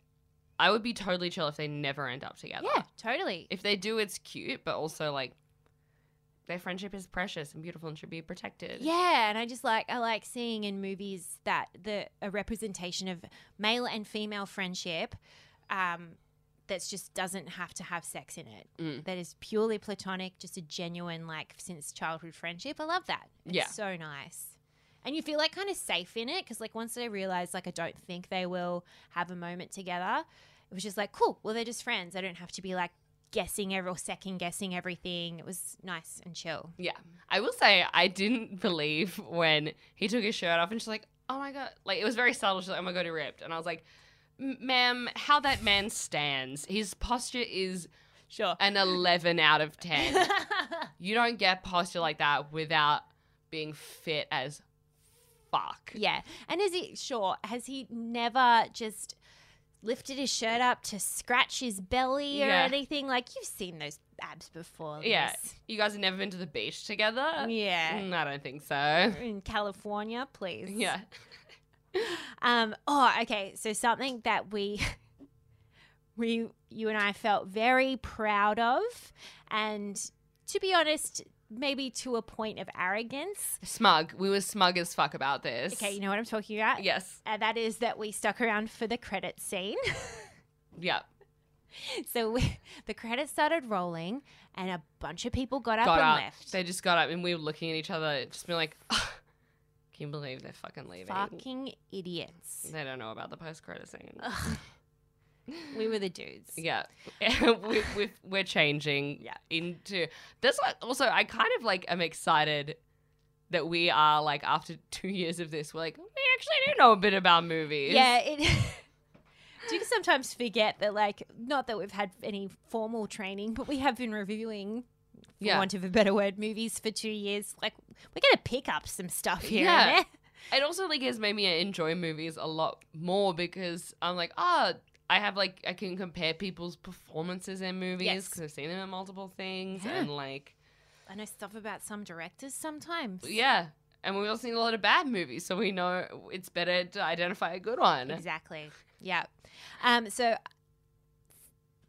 Speaker 1: I would be totally chill if they never end up together.
Speaker 2: Yeah, totally.
Speaker 1: If they do, it's cute, but also like their friendship is precious and beautiful and should be protected.
Speaker 2: Yeah, and I just like I like seeing in movies that the a representation of male and female friendship um that just doesn't have to have sex in it.
Speaker 1: Mm.
Speaker 2: That is purely platonic, just a genuine like since childhood friendship. I love that. It's
Speaker 1: Yeah.
Speaker 2: so nice. And you feel like kind of safe in it cuz like once they realize like I don't think they will have a moment together, it was just like cool, well they're just friends. I don't have to be like guessing every or second guessing everything. It was nice and chill.
Speaker 1: Yeah. I will say I didn't believe when he took his shirt off and she's like, oh my God. Like, it was very subtle. She's like, oh my God, he ripped. And I was like, "M- ma'am, how that man stands. His posture is
Speaker 2: Sure.
Speaker 1: an 11 out of 10. you don't get posture like that without being fit as fuck.
Speaker 2: Yeah. And is he sure? Has he never just lifted his shirt up to scratch his belly or
Speaker 1: Yeah.
Speaker 2: anything? Like you've seen those abs before.
Speaker 1: Yeah.
Speaker 2: Liz.
Speaker 1: You guys have never been to the beach together?
Speaker 2: Yeah.
Speaker 1: Mm, I don't think so.
Speaker 2: In California, please.
Speaker 1: Yeah.
Speaker 2: Um, oh, okay. So something that we we you and I felt very proud of and to be honest, maybe to a point of arrogance.
Speaker 1: Smug. We were smug as fuck about this.
Speaker 2: Okay, you know what I'm talking about?
Speaker 1: Yes.
Speaker 2: And that is that we stuck around for the credit scene.
Speaker 1: Yeah.
Speaker 2: So we, the credits started rolling, and a bunch of people got up
Speaker 1: got
Speaker 2: and
Speaker 1: up.
Speaker 2: left.
Speaker 1: They just got up and we were looking at each other, just being like, "Ugh, "Can you believe they're fucking leaving?
Speaker 2: Fucking idiots.
Speaker 1: They don't know about the post credit scene."
Speaker 2: We were the dudes.
Speaker 1: Yeah, we, we, we're changing
Speaker 2: Yeah.
Speaker 1: into. That's what. Also, I kind of like am excited that we are like after two years of this, we're like we actually do know a bit about movies.
Speaker 2: Yeah. It, do you sometimes forget that, like, not that we've had any formal training, but we have been reviewing, for
Speaker 1: yeah.
Speaker 2: want of a better word, movies for two years. Like, we're going to pick up some stuff here
Speaker 1: Yeah.
Speaker 2: and there.
Speaker 1: It also like has made me enjoy movies a lot more because I'm like, ah, I have like I can compare people's performances in movies
Speaker 2: Yes.
Speaker 1: because I've seen them in multiple things
Speaker 2: Yeah.
Speaker 1: and like
Speaker 2: I know stuff about some directors sometimes.
Speaker 1: yeah. And we've also seen a lot of bad movies, so we know it's better to identify a good one.
Speaker 2: Exactly. Yeah. Um, so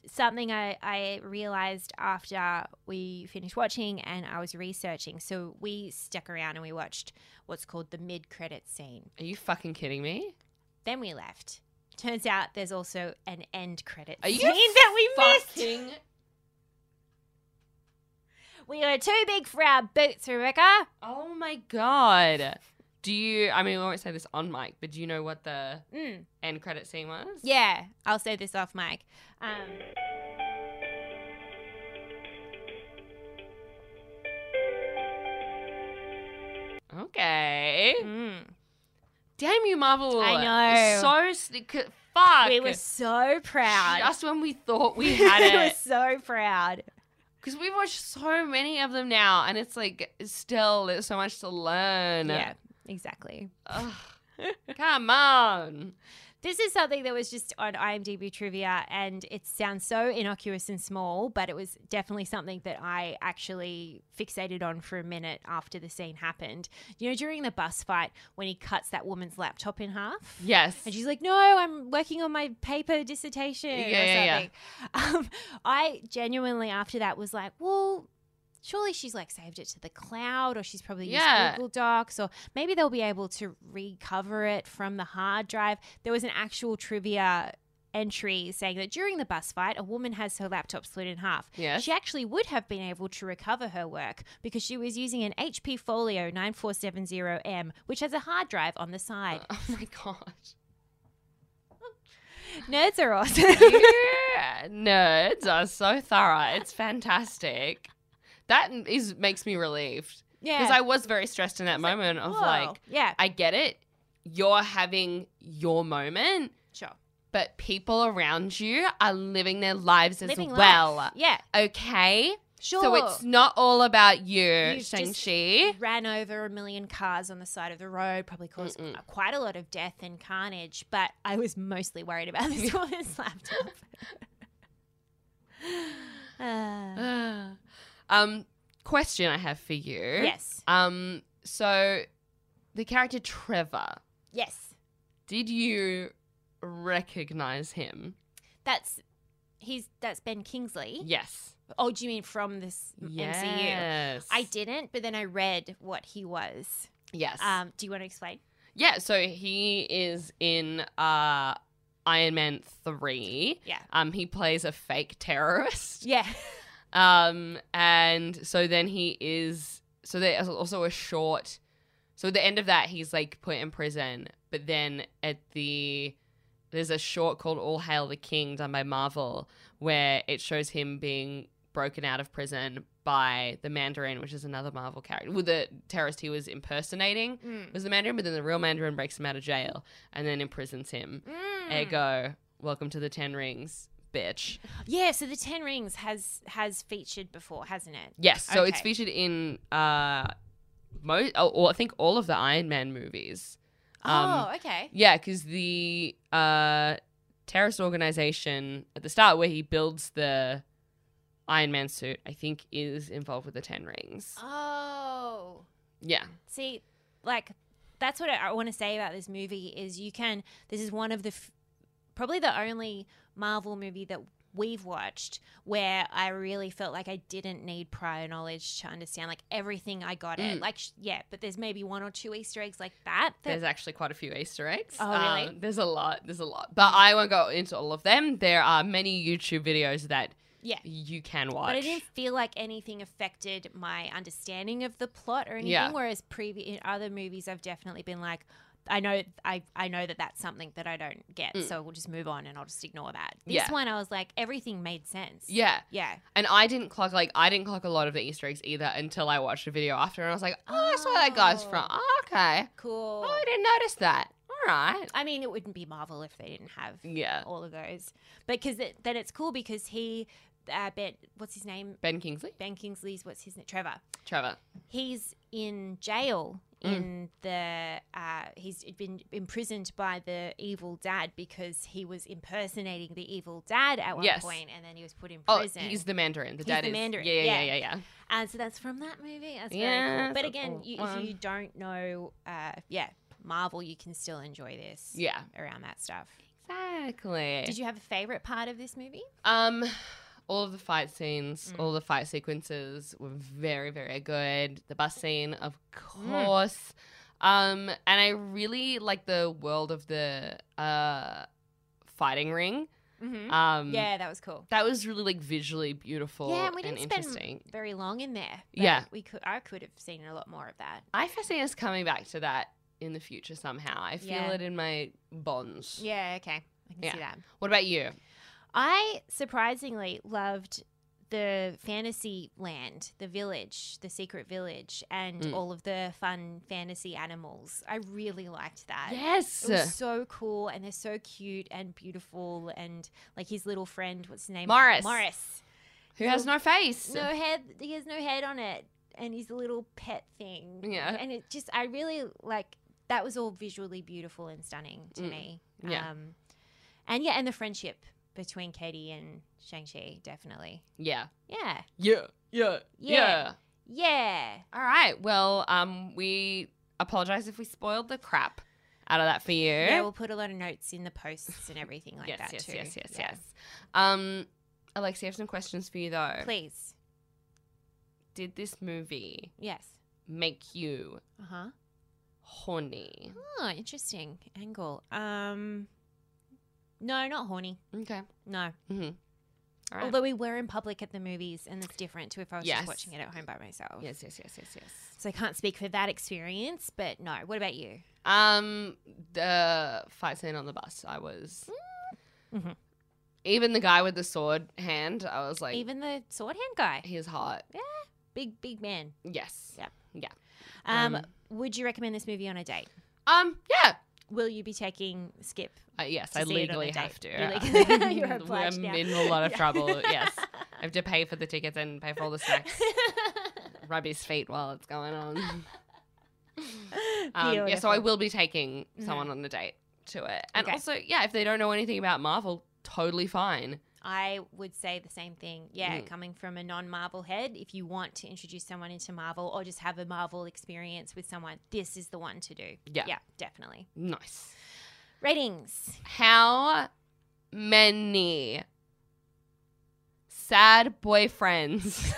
Speaker 2: something I, I realized after we finished watching and I was researching. So we stuck around and we watched what's called the mid credit scene.
Speaker 1: Are you fucking kidding me?
Speaker 2: Then we left. Turns out there's also an end credit
Speaker 1: Are you
Speaker 2: scene that we missed.
Speaker 1: Fucking
Speaker 2: We were too big for our boots, Rebecca.
Speaker 1: Oh my god. Do you I mean we won't say this on mic, but do you know what the
Speaker 2: Mm.
Speaker 1: end credit scene was?
Speaker 2: Yeah, I'll say this off mic. Um,
Speaker 1: Okay.
Speaker 2: mm.
Speaker 1: Damn you, Marvel.
Speaker 2: I know.
Speaker 1: So sneak- fuck.
Speaker 2: We were so proud.
Speaker 1: Just when we thought we had
Speaker 2: we were
Speaker 1: it,
Speaker 2: so proud.
Speaker 1: because we've watched so many of them now, and it's like still there's so much to learn.
Speaker 2: Yeah, exactly.
Speaker 1: Ugh. Come on.
Speaker 2: This is something that was just on IMDb trivia, and it sounds so innocuous and small, but it was definitely something that I actually fixated on for a minute after the scene happened. You know, during the bus fight when he cuts that woman's laptop in half,
Speaker 1: Yes.
Speaker 2: and she's like, "No, I'm working on my paper dissertation or
Speaker 1: Yeah, yeah,
Speaker 2: something." Um, I genuinely after that was like, "Well." Surely she's like saved it to the cloud, or she's probably
Speaker 1: Yeah.
Speaker 2: used Google Docs, or maybe they'll be able to recover it from the hard drive. There was an actual trivia entry saying that during the bus fight, a woman has her laptop split in half.
Speaker 1: Yes.
Speaker 2: She actually would have been able to recover her work because she was using an HP Folio 9470M, which has a hard drive on the side.
Speaker 1: oh my gosh.
Speaker 2: Nerds are awesome.
Speaker 1: Yeah, nerds are so thorough. It's fantastic. That is makes me relieved because I was very stressed in that moment of
Speaker 2: Whoa.
Speaker 1: like,
Speaker 2: yeah,
Speaker 1: I get it. You're having your moment,
Speaker 2: sure.
Speaker 1: but people around you are living their lives as
Speaker 2: Living life.
Speaker 1: well.
Speaker 2: Yeah,
Speaker 1: Okay.
Speaker 2: sure.
Speaker 1: So it's not all about you,
Speaker 2: You've just-
Speaker 1: Shang-Chi.
Speaker 2: ran over a million cars on the side of the road, probably caused
Speaker 1: Mm-mm.
Speaker 2: quite a lot of death and carnage. But I was mostly worried about this woman's laptop. uh,
Speaker 1: um, question I have for you.
Speaker 2: yes,
Speaker 1: Um, so the character Trevor,
Speaker 2: yes,
Speaker 1: did you recognize him?
Speaker 2: that's he's that's Ben Kingsley.
Speaker 1: Yes.
Speaker 2: Oh, do you mean from this MCU?
Speaker 1: Yes.
Speaker 2: I didn't, but then I read what he was.
Speaker 1: Yes.
Speaker 2: Um, do you want to explain?
Speaker 1: yeah. So he is in uh, Iron Man three.
Speaker 2: Yeah,
Speaker 1: Um, he plays a fake terrorist.
Speaker 2: yeah,
Speaker 1: Um, and so then he is. So there's also a short. So at the end of that, he's like put in prison. But then at the there's a short called "All Hail the King" done by Marvel, where it shows him being broken out of prison by the Mandarin, which is another Marvel character. Well, the terrorist he was impersonating
Speaker 2: Mm.
Speaker 1: was the Mandarin, but then the real Mandarin breaks him out of jail and then imprisons him.
Speaker 2: Mm.
Speaker 1: Ego, welcome to the Ten Rings, bitch.
Speaker 2: yeah. So the Ten Rings has has featured before, hasn't it?
Speaker 1: Yes, so it's
Speaker 2: Okay.
Speaker 1: featured in uh, most, oh, or I think all of the Iron Man movies. Um,
Speaker 2: oh, okay.
Speaker 1: Yeah, because the uh, terrorist organization at the start, where he builds the Iron Man suit, I think is involved with the Ten Rings.
Speaker 2: Oh.
Speaker 1: Yeah,
Speaker 2: See, like that's what I, I want to say about this movie is you can. This is one of the f- probably the only Marvel movie that we've watched where I really felt like I didn't need prior knowledge to understand like everything. I got it.
Speaker 1: Mm.
Speaker 2: Like sh- yeah, but there's maybe one or two Easter eggs like that. that
Speaker 1: there's actually quite a few Easter eggs.
Speaker 2: Oh, really?
Speaker 1: Um, there's a lot. There's a lot, but I won't go into all of them. There are many YouTube videos that
Speaker 2: yeah.
Speaker 1: you can watch.
Speaker 2: But I didn't feel like anything affected my understanding of the plot or anything.
Speaker 1: Yeah.
Speaker 2: Whereas previous in other movies, I've definitely been like, I know, I, I know that that's something that I don't get,
Speaker 1: Mm.
Speaker 2: so we'll just move on and I'll just ignore that. This
Speaker 1: Yeah.
Speaker 2: one, I was like, everything made sense.
Speaker 1: yeah.
Speaker 2: yeah.
Speaker 1: And I didn't clock like I didn't clock a lot of the Easter eggs either until I watched a video after, and I was like, "Oh, that's where that guy's from.
Speaker 2: Oh.
Speaker 1: Oh, okay.
Speaker 2: Cool.
Speaker 1: Oh, I didn't notice that. All right.
Speaker 2: I mean, it wouldn't be Marvel if they didn't have
Speaker 1: Yeah.
Speaker 2: all of those, but because it, then it's cool because he, uh, ben, what's his name?
Speaker 1: Ben Kingsley,
Speaker 2: Ben Kingsley's what's his name? Trevor.
Speaker 1: Trevor.
Speaker 2: he's in jail
Speaker 1: Mm.
Speaker 2: in the uh, he's been imprisoned by the evil dad because he was impersonating the evil dad at one
Speaker 1: Yes.
Speaker 2: point and then he was put in
Speaker 1: Oh,
Speaker 2: prison
Speaker 1: he's the Mandarin. The
Speaker 2: He's
Speaker 1: dad
Speaker 2: the
Speaker 1: is.
Speaker 2: Mandarin,
Speaker 1: Yeah, yeah,
Speaker 2: yeah.
Speaker 1: yeah, yeah, yeah.
Speaker 2: and so that's from that movie that's very
Speaker 1: Yeah,
Speaker 2: cool but
Speaker 1: so
Speaker 2: again
Speaker 1: cool.
Speaker 2: you, if
Speaker 1: Wow.
Speaker 2: you don't know uh, yeah marvel you can still enjoy this
Speaker 1: Yeah.
Speaker 2: around that stuff
Speaker 1: Exactly.
Speaker 2: did you have a favorite part of this movie
Speaker 1: Um, all of the fight scenes,
Speaker 2: Mm.
Speaker 1: all the fight sequences were very, very good. The bus scene, of
Speaker 2: Mm.
Speaker 1: course. Um, and I really like the world of the uh fighting ring.
Speaker 2: mm-hmm.
Speaker 1: Um,
Speaker 2: yeah that was cool
Speaker 1: that was really like visually beautiful.
Speaker 2: Yeah, and we didn't spend-
Speaker 1: interesting.
Speaker 2: very long in there but
Speaker 1: Yeah.
Speaker 2: we could i could have seen a lot more of that
Speaker 1: I foresee us coming back to that in the future somehow. I feel
Speaker 2: Yeah.
Speaker 1: it in my bonds.
Speaker 2: yeah okay i can
Speaker 1: Yeah.
Speaker 2: see that
Speaker 1: What about you?
Speaker 2: I surprisingly loved the fantasy land, the village, the secret village, and
Speaker 1: Mm.
Speaker 2: all of the fun fantasy animals. I really liked that.
Speaker 1: yes.
Speaker 2: It was so cool, and they're so cute and beautiful, and like his little friend, what's his name?
Speaker 1: Morris.
Speaker 2: Morris.
Speaker 1: Who has no face?
Speaker 2: No head. He has no head on it, and his little pet thing.
Speaker 1: Yeah.
Speaker 2: And it just, I really like. That was all visually beautiful and stunning to
Speaker 1: Mm.
Speaker 2: me.
Speaker 1: Yeah.
Speaker 2: Um, and yeah, and the friendship between Katie and Shang-Chi, definitely.
Speaker 1: Yeah.
Speaker 2: Yeah.
Speaker 1: Yeah. Yeah.
Speaker 2: Yeah. Yeah.
Speaker 1: All right. Well, um, we apologize if we spoiled the crap out of that for you.
Speaker 2: Yeah, we'll put a lot of notes in the posts and everything like
Speaker 1: yes,
Speaker 2: that
Speaker 1: yes,
Speaker 2: too.
Speaker 1: yes, yes,
Speaker 2: Yeah.
Speaker 1: yes. Um, Alexia, I have some questions for you though.
Speaker 2: Please.
Speaker 1: Did this movie
Speaker 2: Yes.
Speaker 1: make you
Speaker 2: Uh huh.
Speaker 1: horny?
Speaker 2: Oh, interesting angle. Um, no, not horny.
Speaker 1: Okay.
Speaker 2: No.
Speaker 1: Mm-hmm. All right.
Speaker 2: Although we were in public at the movies, and it's different to if I was
Speaker 1: Yes.
Speaker 2: just watching it at home by myself.
Speaker 1: yes, yes, yes, yes, yes.
Speaker 2: So I can't speak for that experience, but no. What about you?
Speaker 1: Um, the fight scene on the bus, I was.
Speaker 2: Mhm.
Speaker 1: Even the guy with the sword hand, I was like,
Speaker 2: Even the sword hand guy,
Speaker 1: his heart.
Speaker 2: big big man.
Speaker 1: Yes.
Speaker 2: Yep.
Speaker 1: Yeah.
Speaker 2: Um,
Speaker 1: Um,
Speaker 2: would you recommend this movie on a date?
Speaker 1: Um. Yeah.
Speaker 2: Will you be taking Skip?
Speaker 1: Uh, yes,
Speaker 2: To
Speaker 1: I
Speaker 2: see it on a
Speaker 1: legally
Speaker 2: date.
Speaker 1: have to.
Speaker 2: You're legally- you're
Speaker 1: I'm
Speaker 2: obliged now.
Speaker 1: in a lot of
Speaker 2: Yeah.
Speaker 1: trouble. Yes, I have to pay for the tickets and pay for all the snacks. Rub his feet while it's going on. Um, yeah, so I
Speaker 2: Beautiful. Mm-hmm.
Speaker 1: will be taking someone on a date to it, and
Speaker 2: Okay.
Speaker 1: also, yeah, if they don't know anything about Marvel, totally fine.
Speaker 2: I would say the same thing. Yeah,
Speaker 1: Mm.
Speaker 2: coming from a non Marvel head, if you want to introduce someone into Marvel or just have a Marvel experience with someone, this is the one to do.
Speaker 1: Yeah.
Speaker 2: Yeah, definitely.
Speaker 1: Nice.
Speaker 2: Ratings.
Speaker 1: How many sad boyfriends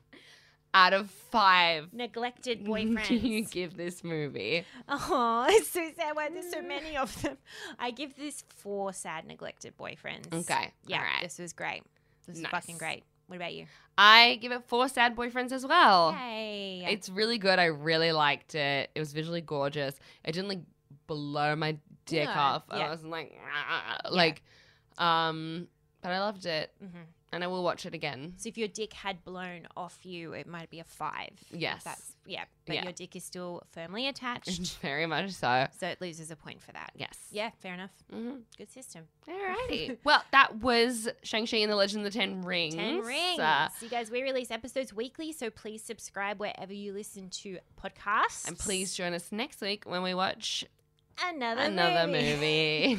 Speaker 1: out of five
Speaker 2: Neglected
Speaker 1: do you
Speaker 2: boyfriends.
Speaker 1: give this movie?
Speaker 2: oh, it's so sad. Why there's so many
Speaker 1: Mm.
Speaker 2: of them? I give this four sad, neglected boyfriends.
Speaker 1: Okay.
Speaker 2: Yeah,
Speaker 1: All right.
Speaker 2: this was great. This was
Speaker 1: Nice.
Speaker 2: fucking great. What about you?
Speaker 1: I give it four sad boyfriends as well.
Speaker 2: Yay.
Speaker 1: Oh, It's really good. I really liked it. It was visually gorgeous. It didn't like blow my dick
Speaker 2: No,
Speaker 1: off. I
Speaker 2: yeah.
Speaker 1: wasn't like "Ah," like um but I loved it
Speaker 2: hmm
Speaker 1: and I will watch it again.
Speaker 2: So if your dick had blown off you, it might be a five.
Speaker 1: Yes.
Speaker 2: That's yeah. But
Speaker 1: Yeah. Mm-hmm.
Speaker 2: your dick is still firmly attached.
Speaker 1: Very much so.
Speaker 2: so it loses a point for that.
Speaker 1: Yes.
Speaker 2: Yeah, fair enough.
Speaker 1: hmm
Speaker 2: Good system.
Speaker 1: Alrighty. well, that was Shang-Chi and the Legend of the Ten Rings.
Speaker 2: Ten rings.
Speaker 1: Uh,
Speaker 2: you guys, we release episodes weekly, so please subscribe wherever you listen to podcasts.
Speaker 1: and please join us next week when we watch
Speaker 2: another
Speaker 1: another movie.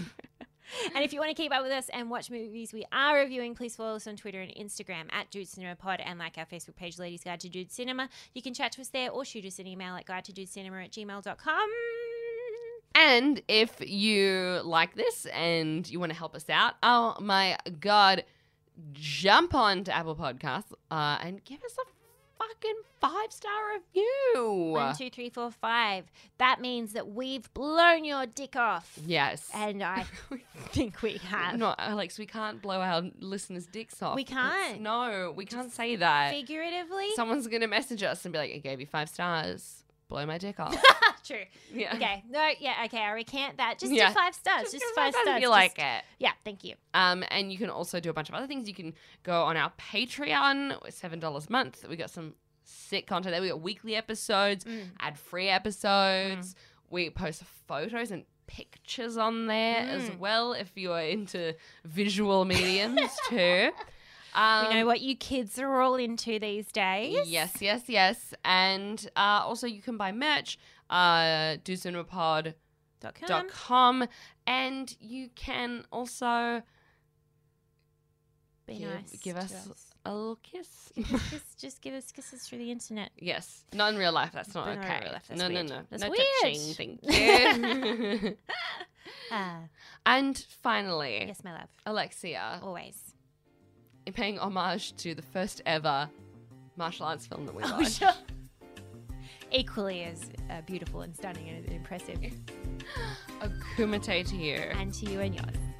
Speaker 2: and if you want to keep up with us and watch movies we are reviewing, please follow us on Twitter and Instagram at Dude Cinema Pod and like our Facebook page, Ladies Guide to Dude Cinema. You can chat to us there or shoot us an email at guide to dude cinema at gmail.com.
Speaker 1: And if you like this and you want to help us out, oh my God, jump on to Apple Podcasts uh, and give us a fucking five star review.
Speaker 2: One, two, three, four, five. That means that we've blown your dick off.
Speaker 1: Yes.
Speaker 2: And I think we have.
Speaker 1: no, Alex, we can't blow our listeners' dicks off.
Speaker 2: We
Speaker 1: It's-
Speaker 2: can't.
Speaker 1: no, we can't say that.
Speaker 2: Figuratively?
Speaker 1: Someone's going to message us and be like, I gave you five stars. Blow my dick off.
Speaker 2: Ah, True.
Speaker 1: yeah.
Speaker 2: Okay. No, yeah, okay. I recant that. Just
Speaker 1: Yeah.
Speaker 2: do five stars. Just,
Speaker 1: Just, give us
Speaker 2: five
Speaker 1: five
Speaker 2: stars.
Speaker 1: if you
Speaker 2: Just-
Speaker 1: like it.
Speaker 2: Yeah, thank you.
Speaker 1: Um, and you can also do a bunch of other things. You can go on our Patreon, it's seven dollars a month. We got some sick content there. We got weekly episodes,
Speaker 2: Mm.
Speaker 1: ad free episodes. We post photos and pictures on there as
Speaker 2: Mm.
Speaker 1: well if you are into visual mediums too. Um,
Speaker 2: we know what you kids are all into these days.
Speaker 1: Yes, yes, yes. And uh, also you can buy merch. Uh, do
Speaker 2: Dot
Speaker 1: dot
Speaker 2: com.
Speaker 1: com and you can also
Speaker 2: Be
Speaker 1: Give-
Speaker 2: nice.
Speaker 1: give
Speaker 2: to
Speaker 1: us a little uh, kiss
Speaker 2: just, just give us kisses through the internet.
Speaker 1: Yes, not in real life. That's not
Speaker 2: But not in
Speaker 1: okay.
Speaker 2: real life, that's
Speaker 1: no,
Speaker 2: weird.
Speaker 1: no, no,
Speaker 2: That's
Speaker 1: no
Speaker 2: weird.
Speaker 1: touching. Thank you.
Speaker 2: Ah,
Speaker 1: and finally,
Speaker 2: yes, my love.
Speaker 1: Alexia,
Speaker 2: Always.
Speaker 1: in paying homage to the first ever martial arts film that we
Speaker 2: Oh,
Speaker 1: watched.
Speaker 2: sure. Equally as uh, beautiful and stunning and impressive.
Speaker 1: Akumite to you.
Speaker 2: and to you and yours.